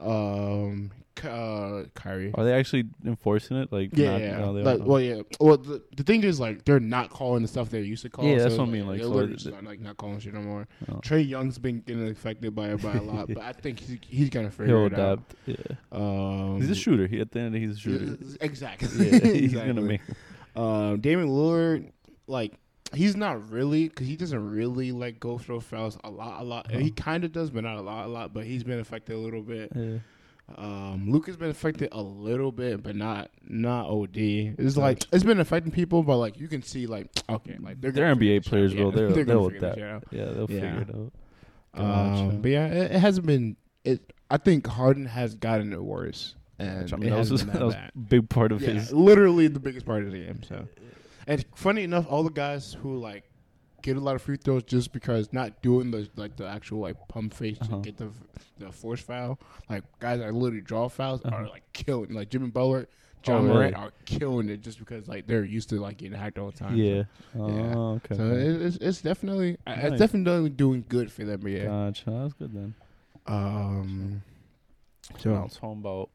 Um, Ky- uh, Kyrie. Are they actually enforcing it? Like Yeah, Oh, not- yeah. no, they like, don't. well, yeah. Well, the, the thing is, like, they're not calling the stuff they used to call. Yeah, so that's what I like, mean, like, they're so literally it- just not, like not calling shit no more. Oh. Trey Young's been getting affected by it by a lot, but I think he's, he's gonna figure he'll it out. adapt. Yeah, Um, he's a shooter. He, at the end, of the day, he's a yeah, shooter. Exactly. Yeah, he's gonna Exactly. make. Um, Damian Lillard, like, he's not really because he doesn't really like go throw fouls a lot, a lot. Uh-huh. He kind of does, but not a lot, a lot. But he's been affected a little bit. Yeah. Um, Luke has been affected a little bit, but not not OD. It's Yeah. like it's been affecting people, but like you can see, like okay, like they're, They're gonna figure NBA this out. players, bro. They're- gonna they'll figure this shit Yeah, they'll Yeah. figure it out. out. Um, Gotcha. but yeah, it, it hasn't been. It I think Harden has gotten it worse, and Which, I it mean, that was, hasn't just, been that that was bad. a big part of Yeah, his. literally the biggest part of the game. So, and funny enough, all the guys who like get a lot of free throws just because not doing the like the actual like pump face Uh-huh. to get the the force foul, like guys that literally draw fouls are Uh-huh. Oh, like killing. Like Jimmy Butler, John really? Morant are killing it just because like they're used to like getting hacked all the time. Yeah. Yeah. Oh, okay. So, so it, it's it's definitely I Nice. it's definitely doing good for them. Yeah. Gotcha. That's good then. Um. So I So was talking about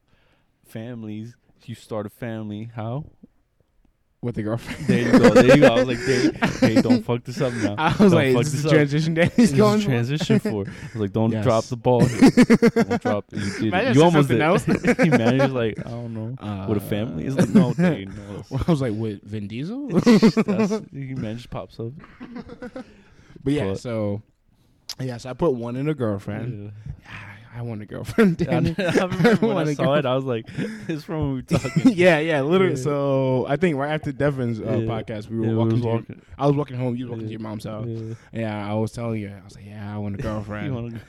families. You start a family. How? with the girlfriend. There you go. There you go. I was like, hey, hey don't fuck this up now. I was Don't like, fuck is this this the up. transition that he's This is going for? transition for. I was like, don't Yes. drop the ball. here. don't drop. It. You did. Imagine I It. said You almost something did. else. he managed like I don't know. Uh, With a family, it's like no, dude, no. I was like, with Vin Diesel? That's, he managed pops up. But yeah, But- so yeah, so I put one in a girlfriend. Yeah. I, I want a girlfriend. I, Danny. remember when want I a saw it, I was like, "It's from when we were talking." yeah, yeah, literally. Yeah. So I think right after Devin's uh, Yeah. podcast, we Yeah, were we walking. was to- walking. I was walking home. You was walking Yeah. to your mom's house. Yeah. Yeah. I was telling you. I was like, yeah, I want a You girlfriend. wanna-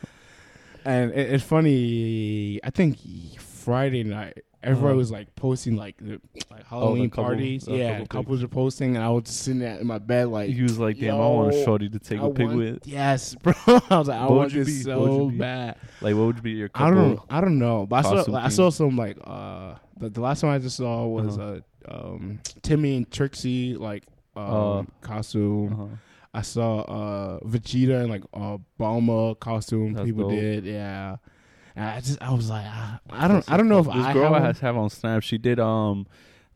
and it, it's funny. I think Friday night, everyone Uh-huh. Oh, was like posting like, the, like Halloween couple- parties. the yeah, couple couples were posting, and I was sitting there in my bed like. He was like, "Damn, I want a Yo, shorty to take I a pig want- with." Yes, bro. I was like, I What would want you this be? What would you so be? bad. Like, what would be your? I Couple? don't. I don't know. But I saw. costume like, I thing. saw some like uh the, the last one I just saw was Uh-huh. uh um Timmy and Trixie like um costume. Uh, Uh-huh. I saw uh Vegeta and like uh Balma costume. That's people dope. did. Yeah. And I just I was like I, I don't I don't know if this I girl have I has- have on Snap. She did um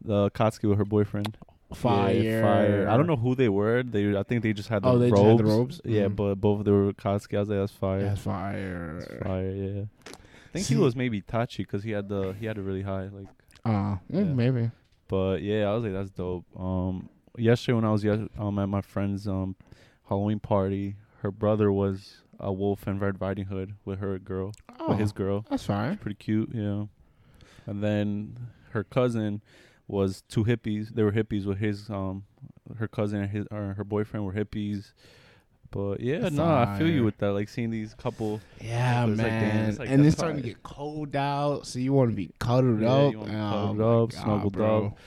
the Kotsky with her boyfriend. a fire. Yeah, fire. I don't know who they were. They I think they just had the Oh, they robes. just had the robes? Yeah, Mhm. but both of them were Kotsky. I was like, "That's fire." That's fire. That's fire. Yeah. I think See- he was maybe Tachi because he had the he had it really high like. Uh, mm, Yeah. maybe. But yeah, I was like, that's dope. Um, yesterday when I was yes- um at my friend's um Halloween party, her brother was a wolf in Red Riding Hood with her girl, Oh, with his girl. that's fire. Pretty cute, you know. And then her cousin was two hippies. They were hippies with his um, her cousin and his or her boyfriend were hippies. But yeah, no, That's I feel you fire. with that. Like seeing these couple, Yeah, So it's like, damn, man. it's like and that's it's starting to fine. get cold out, so you want to be cuddled Yeah, up. you wanna be Oh cuddled my up, snuggled bro. up.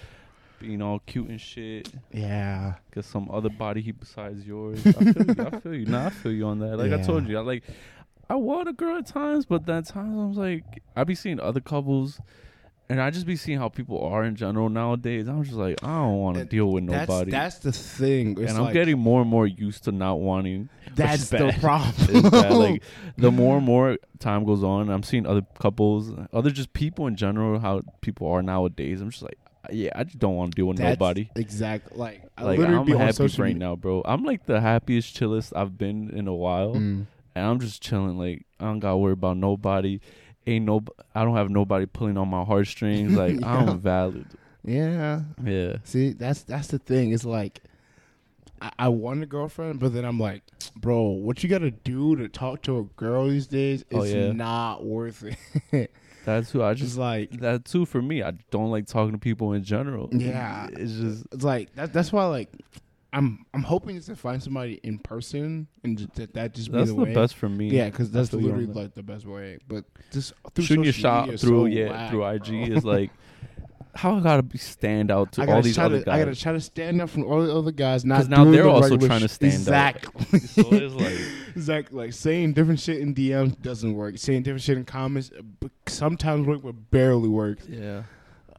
being all cute and shit. Yeah. Cause some other body heat besides yours. I feel you. I feel you. Nah, I feel you on that. Like I Yeah. told you, I like I want a girl at times, but that times I was like I be seeing other couples and I just be seeing how people are in general nowadays. I'm just like, I don't want to And deal with That's nobody. that's the thing. It's and I'm like, getting more and more used to not wanting. which that's is the bad. It's problem. bad. Like the more and more time goes on, I'm seeing other couples, other just people in general, how people are nowadays. I'm just like, yeah, I just don't want to deal with That's nobody. Exact. Like, I Like literally I'm be on happy social right media. now, bro. I'm like the happiest, chillest I've been in a while, Mm. and I'm just chilling. Like I don't gotta worry about nobody. Ain't no, I don't have nobody pulling on my heartstrings. Like Yeah. I'm valid. Yeah. Yeah, See, that's that's the thing. It's like I, I want a girlfriend, but then I'm like, bro, what you gotta do to talk to a girl these days is Oh, yeah. not worth it. that's who I Just just. like That too for me. I don't like talking to people in general. Yeah. it's just it's like that, that's why like I'm I'm hoping just to find somebody in person and just, that that just that's be the, the, way. best for me. Yeah, because that's That's what we literally want. like the best way. But just through shooting your social shot media through is so yeah whack, through bro. IG is like how I gotta be stand out to I all gotta, these try other to, I guys. gotta try to stand up from all the other guys. Not 'Cause now doing they're the also regular trying to sh- stand out. exactly. so it's like Exactly. Like saying different shit in DMs doesn't work. Saying different shit in comments uh, b- sometimes work, but barely works. yeah,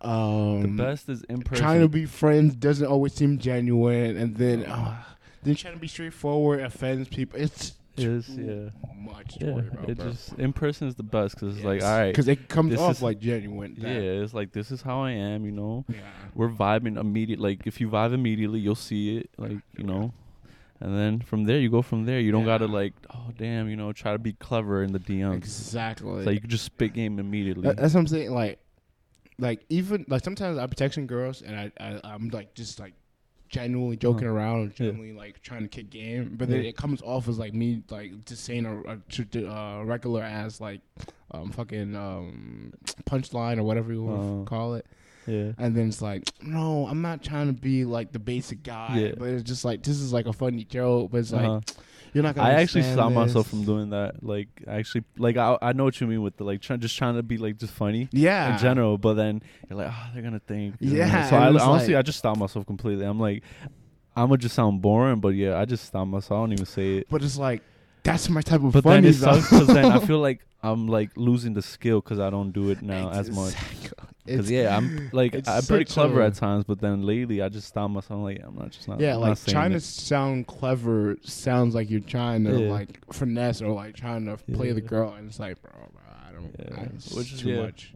the Um, best is in person. trying to be friends doesn't always seem genuine, and then uh, then trying to be straightforward offends people. It's is yeah too much to yeah. worry about, It bro. just in person is the best because it's like all right, because it comes this off is- like genuine. yeah, That, it's like this is how I am. You know, yeah. we're vibing immediate. Like if you vibe immediately, you'll see it. Like you know. And then from there, you go from there. You don't gotta Yeah. like, oh damn, you know, try to be clever in the DMs. exactly. It's like you can just spit game immediately. That- that's what I'm saying. Like, like even like sometimes I'm texting girls and I, I I'm like just like genuinely joking around and Yeah. genuinely like trying to kick game, but then Yeah. it comes off as like me like just saying a, a, tr- uh, regular ass like um fucking um punchline or whatever you want to Uh. call it, yeah. and then it's like no, I'm not trying to be like the basic guy, Yeah. but it's just like this is like a funny joke, but it's Uh-huh. like you're not gonna. I actually understand stopped myself this. from doing that. Like, I actually, like, I I know what you mean with the like, try, just trying to be like just funny Yeah, in general. But then you're like, oh, they're gonna think. you know? Yeah, So and I, it's honestly, like- I just stopped myself completely. I'm like, I'm gonna just sound boring, but yeah, I just stopped myself. I don't even say it. but it's like that's my type of But funny. then it though. sucks because then I feel like I'm like losing the skill because I don't do it now as much. Exactly. Because It's, yeah, I'm like it's I'm pretty such clever a- at times, but then lately I just stopped myself. I'm like, I'm not just not. yeah, I'm not like saying trying to it. sound clever sounds like you're trying to Yeah. like finesse or like trying to play the Yeah. girl, and it's like, bro, I don't. Yeah. I- it's Which is- too yeah. much.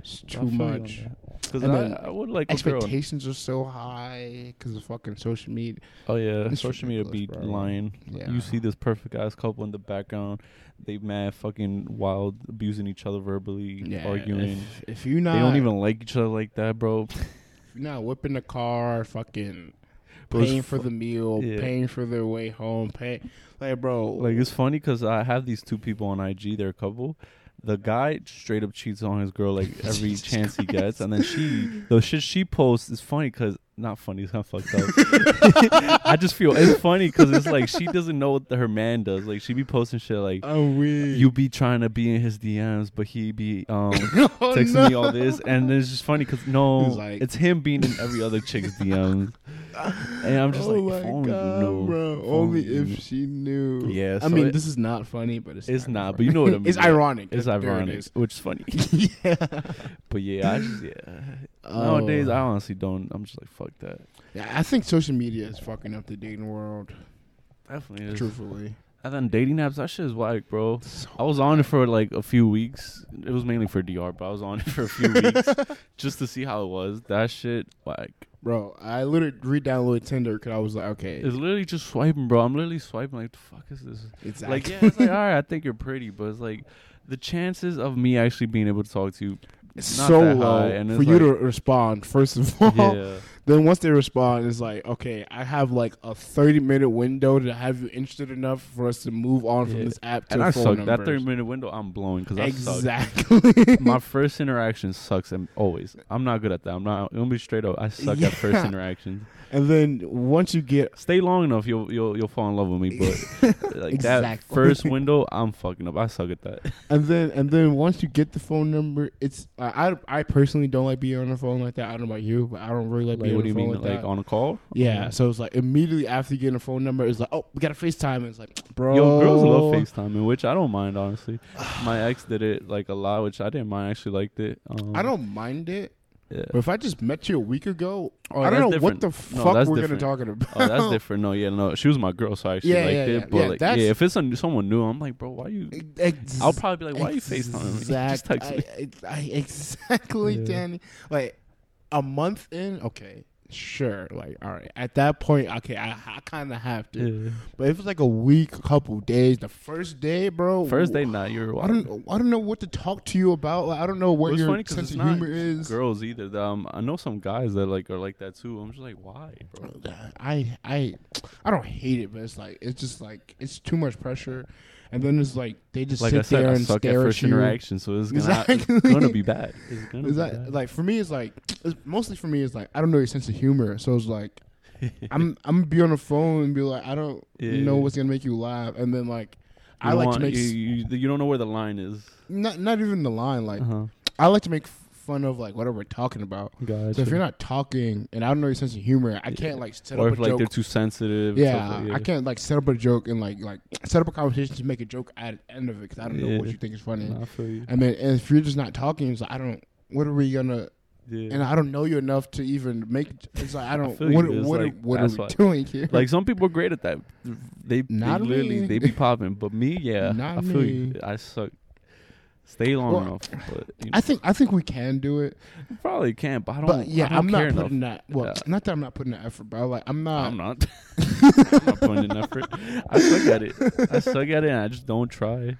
It's I too feel you on much. that. 'Cause And I, then I would like a girl. Expectations are so high because of fucking social media. Oh yeah, It's social media be ridiculous, bro. lying. Yeah. You see this perfect ass couple in the background, they mad fucking wild, abusing each other verbally, Yeah, arguing. If, if you not, They don't even like each other like that, bro. if you're not whipping the car, fucking Bro, it's paying for fu- the meal, Yeah. paying for their way home, pay like, bro, Like it's funny because I have these two people on IG. They're a couple. The guy straight up cheats on his girl like every Jesus chance he gets, and then she the shit she posts is funny because not funny, it's not fucked up. I just feel it's funny because it's like she doesn't know what her man does. Like she be posting shit like I'm weak. you be trying to be in his DMs, but he be um Oh, texting no. me all this, and it's just funny because no, He's like- it's him being in every other chick's DMs, and I'm just like, if only you knew. Oh bro! If Only only you knew. if she knew. Yeah, I so mean, it- this is not funny, but it's It's kinda not, but funny. you know what I it's mean. ironic. It's There it ironic, is. which is funny. yeah. Oh. But yeah, I just yeah. Nowadays, I honestly don't. I'm just like, fuck that. Yeah, Oh. I think social media is fucking up the dating world. Definitely is. Truthfully, And then dating apps, that shit is whack, bro. I was on it for like a few weeks. It was mainly for DR, but I was on it for a few weeks just to see how it was. That shit, whack. bro, I literally re-downloaded Tinder because I was like, okay, It's literally just swiping, bro. I'm literally swiping. Like, the fuck is this? it's Like, yeah, it's like, all right, I think you're pretty, but it's like the chances of me actually being able to talk to you, it's not so that high, low and for it's you to like- respond. First of all, yeah, then once they respond, it's like, okay, I have like a thirty-minute window to have you interested enough for us to move on from Yeah. this app to and I phone suck. That numbers. 30 minute window, I'm blowing because I suck. Exactly. my first interaction sucks and always. I'm not good at that. I'm not. I'm gonna be straight up. I suck at first Yeah. interactions. and then once you get Stay long enough, you'll you'll you'll fall in love with me. But like that Exactly. first window, I'm fucking up. I suck at that. and then and then once you get the phone number, it's I I, I personally don't like being on the phone like that. I don't know about you, but I don't really like, Like, being what do you phone mean? like Like, that. on a call? Yeah, so it's like immediately after you get a phone number, it's like, oh, we got a FaceTime. And it's like, bro, Yo, girls love FaceTime, which I don't mind honestly. My ex did it like a lot, which I didn't mind. I actually liked it. Um, I don't mind it, Yeah. but if I just met you a week ago, Oh, I don't that's know what different. the No, fuck that's we're different. gonna talking about. Oh, that's different. No, yeah, no. She was my girl, so I actually Yeah, liked yeah, it. yeah. But Yeah, like, yeah, that's- if it's a, someone new, I'm like, bro, why you? Ex- I'll probably be like, why you FaceTime me? Just Exact- text me. I, I, I- exactly, Yeah. Danny. Like a month in, okay, sure. Like, all right, at that point, okay, I, I kind of have to. Yeah. But if it's like a week, a couple days, the first day, bro, First day, nah, you're. I don't, I don't know what to talk to you about. Like, I don't know what Well, it's your funny 'cause sense it's of not humor is. girls either. The, Um, I know some guys that like are like that too. I'm just like, why, bro? I I I don't hate it, but it's like it's just like it's too much pressure, and then it's like they just Like sit I said, there I and suck at stare first at you. interaction, so it's gonna Exactly. it's gonna be bad. It's gonna Is be that bad. like for me? It's like it's, mostly for me. It's like I don't know your sense of humor, so it's like I'm I'm gonna be on the phone and be like I don't Yeah. know what's gonna make you laugh, and then like You I don't like want- to make you, s- you, you don't know where the line is. not not even the line like Uh-huh. I like to make f- fun of like whatever we're talking about. Gotcha. So if you're not talking and I don't know your sense of humor, I Yeah. can't like set or up if a like joke. they're too sensitive. and yeah, stuff like- I can't like set up a joke and like like set up a conversation to make a joke at the end of it because I don't know what Yeah. you think is funny. Nah, I feel you. I mean, and if you're just not talking, it's like I don't. What are we gonna? Yeah. And I don't know you enough to even make. It's like I don't. feel what you, it's what, like, what are that's we why- doing here? like some people are great at that. They, they Not literally me. they be popping, but me, yeah, Not I feel you. me. I suck. Stay long Well, enough, but you know, I think I think we can do it, probably can't. But I don't. but yeah, I don't I'm care not enough. putting that. Well, Yeah. not that I'm not putting the effort, but like I'm not. I'm not. I'm not putting in effort. I suck at it. I suck at it. and I just don't try.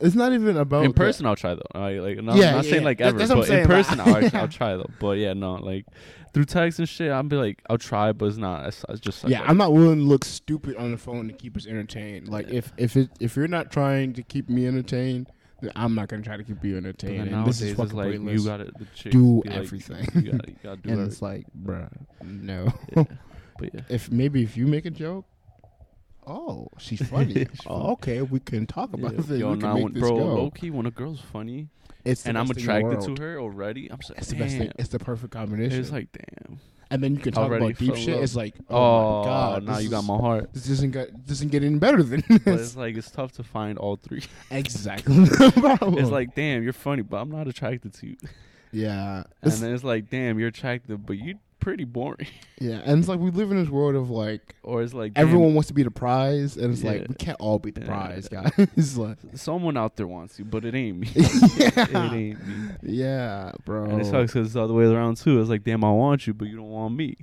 It's not even about in the- person, I'll try though. I, like, no, Oh, Yeah, I'm not yeah, saying yeah. like That- ever, that's what I'm but in saying, like, person, I'll, yeah. I'll try though. But yeah, no, like through text and shit, I'll be like, I'll try, but it's not. It's, I just suck Yeah, at I'm not willing to look stupid on the phone to keep us entertained. Like Yeah. if if it, if you're not trying to keep me entertained, then I'm not gonna try to keep you it. And entertained. then And this nowadays, is it's fucking like pointless. you got to the chick do be like, everything. You gotta, you gotta do and everything. it's like, bruh, no. Yeah. But yeah. if maybe if you make a joke, oh, she's funny. oh, okay, we can talk about Yeah. this. Yo, we can nah, make when, this bro, go. low key, when a girl's funny it's the and I'm best thing in the attracted world. to her already, I'm just like, It's the best thing. "Damn." It's the perfect combination. It's like, damn. and then you can talk already about deep fell shit. love. It's like, Oh, oh, my god, now this you got is- my heart. This doesn't get doesn't get any better than this. But it's like, it's tough to find all three. exactly. the problem. It's like, damn, you're funny, but I'm not attracted to you. yeah, And It's- then it's like, damn, you're attractive, but you're pretty boring. yeah, and it's like we live in this world of like Or it's like, damn, everyone wants to be the prize, and it's Yeah. like we can't all be the Yeah. prize, guys. like, someone out there wants you, but it ain't me. It yeah, ain't me. yeah, bro. And it sucks because it's the other way around, too. It's like, damn, I want you, but you don't want me.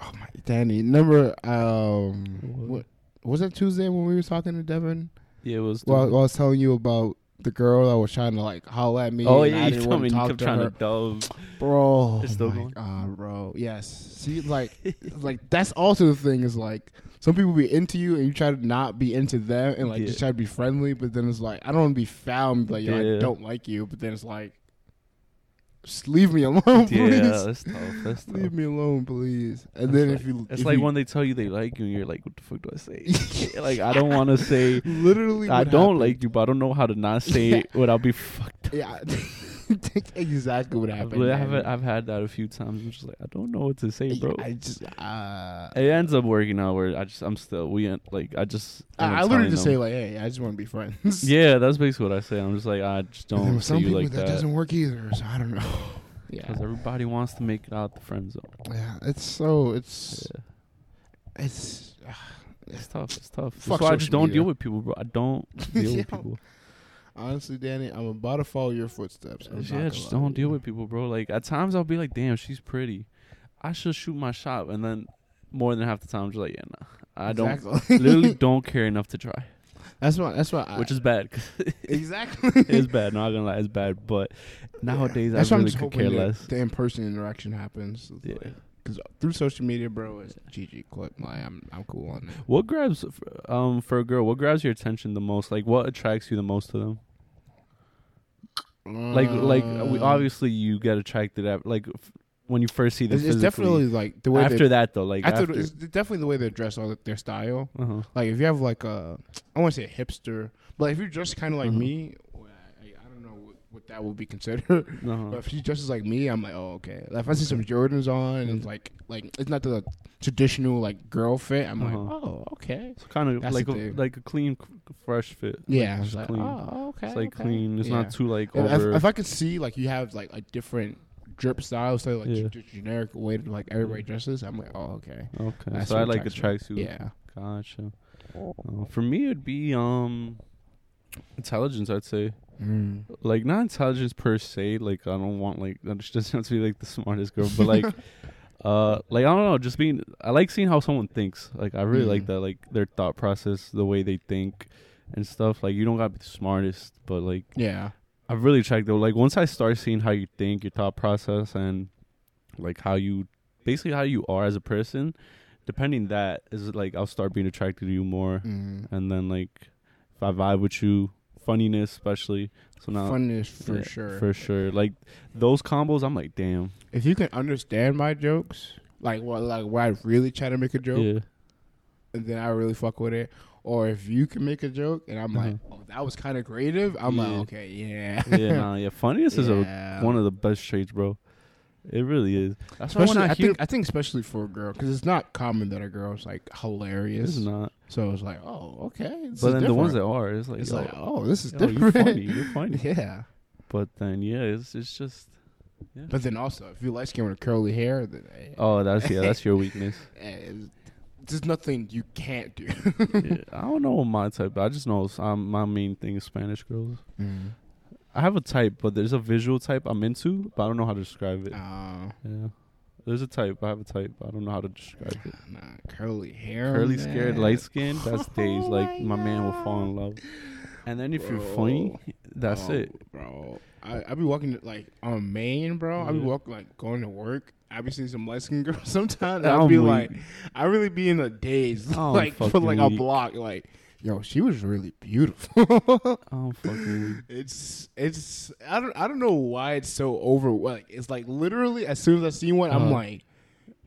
Oh my, Danny, remember um, What? what was that Tuesday when we were talking to Devin? Yeah, it was. Well, I was telling you about the girl that was trying to like holler at me. oh, and yeah, I you didn't told want me to you talk kept to trying her, to dove. bro. It's still oh my going? God, bro. Yes, she like, like that's also the thing is like some people be into you and you try to not be into them and like Yeah. just try to be friendly, but then it's like I don't want to be found like yo, Yeah. I don't like you, but then it's like just leave me alone, please. Yeah, that's tough. That's tough. Leave me alone, please. And That's then like- if you, It's if like you- when they tell you they like you, and you're like, "What the fuck do I say?" like, I don't want to say literally I what don't happened. like you, but I don't know how to not say Yeah. it without be fucked. up. Yeah, that's exactly what happened. But I have man. I've had that a few times. I'm just like, I don't know what to say, bro. I just, uh, it ends up working out where I just I'm still we end, like I just end I, up I literally telling just them. say like, hey, I just want to be friends. yeah, that's basically what I say. I'm just like I just And then don't with see some you people like that, that doesn't work either. So I don't know. yeah, because everybody wants to make it out the friend zone. yeah, it's so it's Yeah. it's ah, It's tough. It's tough. That's Fuck why I just social don't media. deal with people, bro. I don't deal Yeah. with people. honestly, Danny, I'm about to follow your footsteps. I'm not yeah, gonna just lie to don't deal you. with people, bro. Like at times I'll be like, damn, she's pretty. I should shoot my shot, and then more than half the time I'm just like, yeah, nah. I Exactly. don't literally don't care enough to try, That's why. That's why. I, which is bad. 'cause exactly. it's bad. Not gonna lie, it's bad. But nowadays that's I why I'm really just could hoping care the- less. The in-person interaction happens. Yeah. Because through social media, bro, it's GG clip. Like, I'm I'm cool on that. What grabs, um, for a girl, what grabs your attention the most? Like, what attracts you the most to them? Like, like uh, we, Um, obviously you get attracted at like f- when you first see them. It's, it's physically. definitely like the way after they, that though, like after, after, it's definitely the way they're dressed, or their style. uh-huh. Like if you have like a, I want to say hipster, but if you're dressed kind of like Mhm. me, well, I, I don't know what what that would be considered. Uh-huh. But if she dresses like me, I'm like, oh okay. Like if I see some Jordans on and it's like like it's not the traditional like girl fit, I'm Uh-huh. like, oh okay. It's kind of That's like the a, thing. like a clean, c- fresh fit. Yeah, it's it's like, clean. oh okay. it's like okay." clean. It's Yeah. not too like If- over. If, if I could see like you have like a different drip style, so like Yeah. just generic way that like everybody dresses, I'm like, oh okay. okay, That's so I what like a attracts tracksuit. Yeah. Gotcha. Uh, for me, it'd be um, intelligence. I'd say Mm. like not intelligence per se. Like I don't want like that just doesn't have to be like the smartest girl, but like. Uh, like I don't know, just being I like seeing how someone thinks. Like I really like Mhm. that, like their thought process, the way they think, and stuff. Like you don't gotta be the smartest, but like Yeah. I've really checked though. Like once I start seeing how you think, your thought process, and like how you basically how you are as a person, depending that is like I'll start being attracted to you more, Mm. and then like if I vibe with you, funniness especially. So now Funness for yeah, sure. for sure. Like those combos, I'm like, damn, if you can understand my jokes, like what like where I really try to make a joke yeah, and then I really fuck with it. Or if you can make a joke and I'm like, oh, that was kind of creative. I'm Uh-huh. Yeah. like, okay, yeah, yeah, nah, yeah. Funniness is a, Yeah. one of the best traits, bro. It really is. That's why when Especially, I, I hear think I think especially for a girl because it's not common that a girl's like hilarious. it's not, So it's like, oh, okay. This but is then the ones different. that are, it's like, it's yo, like, oh, this is yo, you're different. funny, you're funny. yeah. But then yeah, it's it's just But then also, if you light skin with curly hair, then eh, oh that's yeah that's your weakness. eh, it's- there's nothing you can't do. Yeah, I don't know my type. I just know s- um, my main thing is Spanish girls. I have a type, but there's a visual type I'm into, but I don't know how to describe it. Uh, Yeah, there's a type. I have a type. I don't know how to describe it. nah, curly hair, Curly, Oh, man. scared, light skin. That's days. Oh Like my my man will fall in God. love. And then if you're Bro. funny, that's Oh, it. bro. I, I be walking like on Maine, bro. I be Yeah. walking like going to work. I be seeing some light skinned girls sometimes. I'm I'll be weak. like, I really be in a daze, I'm like for fucking like a weak. block. Like, yo, she was really beautiful. Oh fucking. it's it's I don't I don't know why it's so over. Like it's like literally as soon as I see one, I'm Uh-huh. like,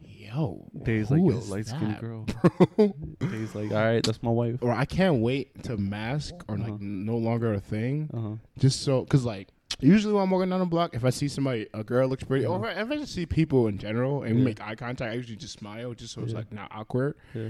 yo, Days like who yo, is light skinned that, girl. bro? Days like all right, that's my wife. or I can't wait to mask or like Uh-huh. no longer a thing Uh huh. just so because like usually when I'm walking down the block, if I see somebody, a girl looks pretty, or if I just see people in general and we Yeah. make eye contact, I usually just smile just so it's Yeah. like not awkward. Yeah.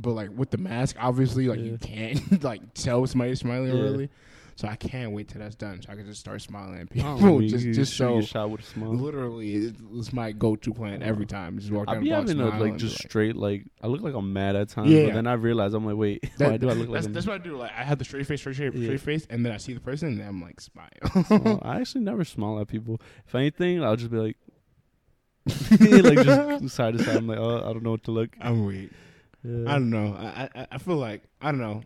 But like with the mask, obviously, like you can't like tell somebody's smiling Yeah. really. So I can't wait till that's done. So I can just start smiling at I people. don't know, you- just you just shoot so your shot with a smile. Uh-huh. literally, it's it's my go-to plan every time. Just walk I down be the block, having smile, a, like and just be like- straight like I look like I'm mad at times, Yeah. but then I realize I'm like, wait, That- why do I look like that's, I'm that's what I do. Like I have the straight face, straight shape, Yeah. straight face, and then I see the person, and I'm like smile. small? I actually never smile at people. If anything, I'll just be like, like just side to side. I'm like, oh, I don't know what to look. I'm weak. I Yeah. don't know. I, I I feel like I don't know.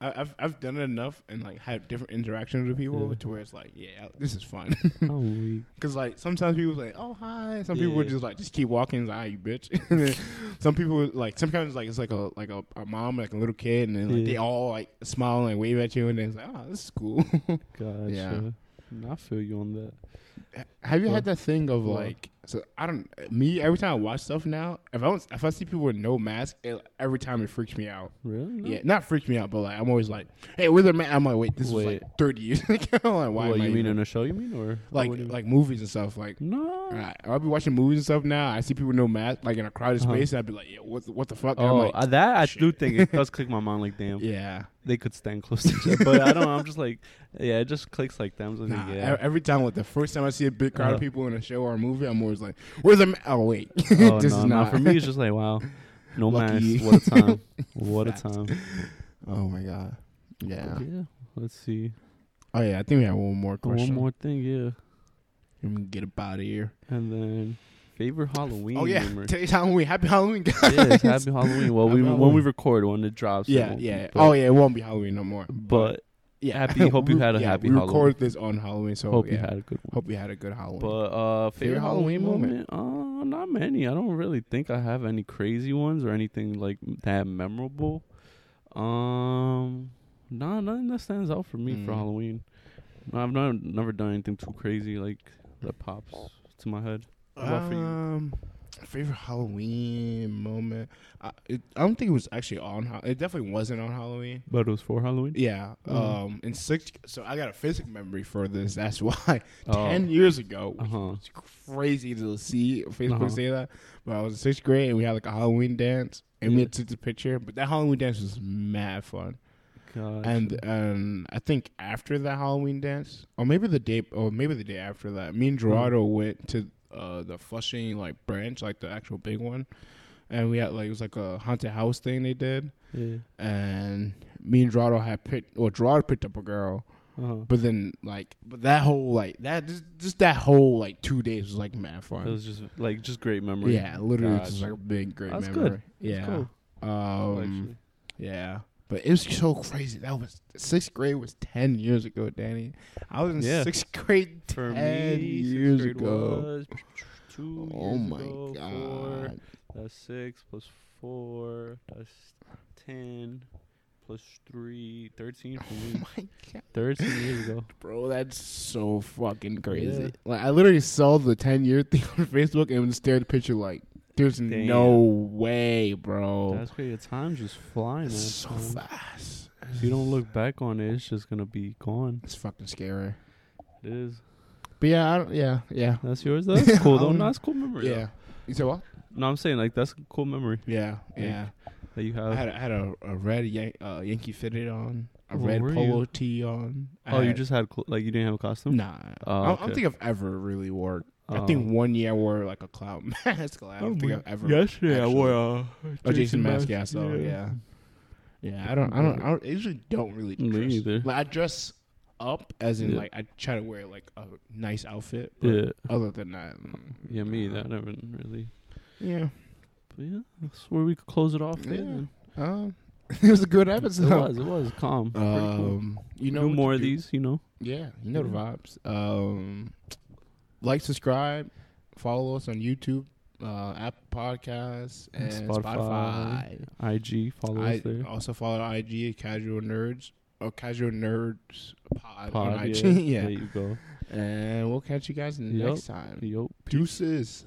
I, I've I've done it enough and like had different interactions with people Yeah. to where it's like, yeah, this is fun. I'm weak. Because like sometimes people say, oh hi. Some people would Yeah. just like just keep walking. It's like, ah, you bitch. and then some people would, like sometimes like it's like a like a, a mom like a little kid and then like Yeah. they all like smile and wave at you and then it's like, oh, this is cool. Gotcha. Yeah. Nah, I feel you on that. Have you had Well, that thing of well. like? So I don't. Me every time I watch stuff now, if I was, if I see people with no mask, it, every time it freaks me out. Really? No? Yeah, not freaked me out, but like I'm always like, hey, with a man, I'm like, wait, this was Wait. like 30 years ago. like, why What am I you mean even- in a show? You mean or or like what do you- like movies and stuff? Like, no? I, I'll be watching movies and stuff now. I see people with no mask, like in a crowded Uh-huh. space, and I'd be like, yeah, what the- what the fuck? And Oh, I'm like, uh, that I do shit. think it does click my mind. Like, damn, yeah. they could stand close to each other, but I don't. know. I'm just like, yeah, it just clicks like that. I'm just like, Nah, e- yeah. every time, like the first time I see a big crowd Uh-huh. of people in a show or a movie, I'm always like, "Where's the?" Ma- oh wait, Oh, this no, is no, not for me. It's just like wow, no Lucky. mask. What a time! What a time! Oh my god, yeah. Yeah. Let's see. Oh yeah, I think we have one more question. One more thing, yeah, Let me get up out of here. and then favorite Halloween. Oh yeah, memory. today's Halloween. Happy Halloween, guys. yes, happy Halloween. Well, we Happy when we Halloween. record when it drops. it Yeah, won't be, yeah. but- Oh yeah, it won't be Halloween no more. But Yeah, Happy- hope you We- had a yeah, happy We Halloween. recorded this on Halloween, so hope Oh, yeah. you had a good one. hope you had a good Halloween. But uh, favorite Favorite Halloween Halloween moment? Uh, not many. I don't really think I have any crazy ones or anything like that memorable. Um, nah, nothing that stands out for me for Mm. Halloween. No, I've never never done anything too crazy like that pops to my head. How about for you? um, favorite Halloween moment. I, it, I don't think it was actually on. Hal- It definitely wasn't on Halloween. But it was for Halloween. Yeah. Mm. Um. In sixth, so I got a physical memory for this. That's why Oh. ten years ago, Uh which huh. it's crazy to see Facebook Uh-huh. say that. But I was in sixth grade and we had like a Halloween dance, and we Yeah. had took the picture. But that Halloween dance was mad fun. And um, I think after that Halloween dance, or maybe the day, or maybe the day after that, me and Mm-hmm. Gerardo went to uh, the Flushing like branch, like the actual big one, and we had like it was like a haunted house thing they did, yeah. and me and Gerardo had picked, or Gerardo picked up a girl, Uh-huh. but then like, but that whole like that just, just that whole like two days was like mad It fun. was just like just great memory. Yeah, literally just Gotcha. like a big great That's good. memory. It's Yeah. cool. Um, actually. yeah. But it was so crazy. That was sixth grade was ten years ago, Danny. I was in Yeah. sixth grade For ten me, sixth years grade ago. was two Oh years my ago, Four, god. that's six plus four. That's ten plus three. Thirteen for Oh me. my god. Thirteen years ago. Bro, that's so fucking crazy. Yeah. Like I literally saw the ten year thing on Facebook and stared at the picture like there's Damn. no way, bro. That's crazy. The time's just flying. That's man. Oh. so Um, fast. If you don't look back on it, it's just gonna be gone. It's fucking scary. It is. But yeah, I don't, yeah, yeah. That's yours. though? That's cool. I though. don't No, know. that's a cool memory. though. Oh, Yeah. You said what? No, I'm saying like that's a cool memory Yeah, Like, yeah. that you I have. had I had a, a red Yan- uh, Yankee fitted on, a Where red were polo tee on. I Oh, you had- just had cl- like you didn't have a costume. nah. Oh, I, don't- I don't okay. think I've ever really wore. I Oh. think one year I wore like a clown mask. like, I don't think I've ever. Yesterday actually- I wore a Oh, Jason mask. Yeah, so yeah, yeah. I don't. I don't. I, don't, I usually don't really. Me Dress. either. Like I dress up as in Yeah. like I try to wear like a nice outfit. But Yeah, Other than that, mm, yeah, me either. I never really. Yeah. But yeah, that's where we could close it off. Yeah. then. Um, it was a good it episode. was. It was calm. Pretty cool. Um, you You know know, what more to of do. these. You know. Yeah, you know the Mm-hmm. vibes. Um, like, subscribe, follow us on YouTube, uh, Apple Podcasts, and And Spotify. Spotify. IG follow us I uh, there. also follow IG Casual Nerds or Casual Nerds Pod, Pod, on IG. yeah. yeah. There you go. and we'll catch you guys Yup. next time. Yup. Deuces.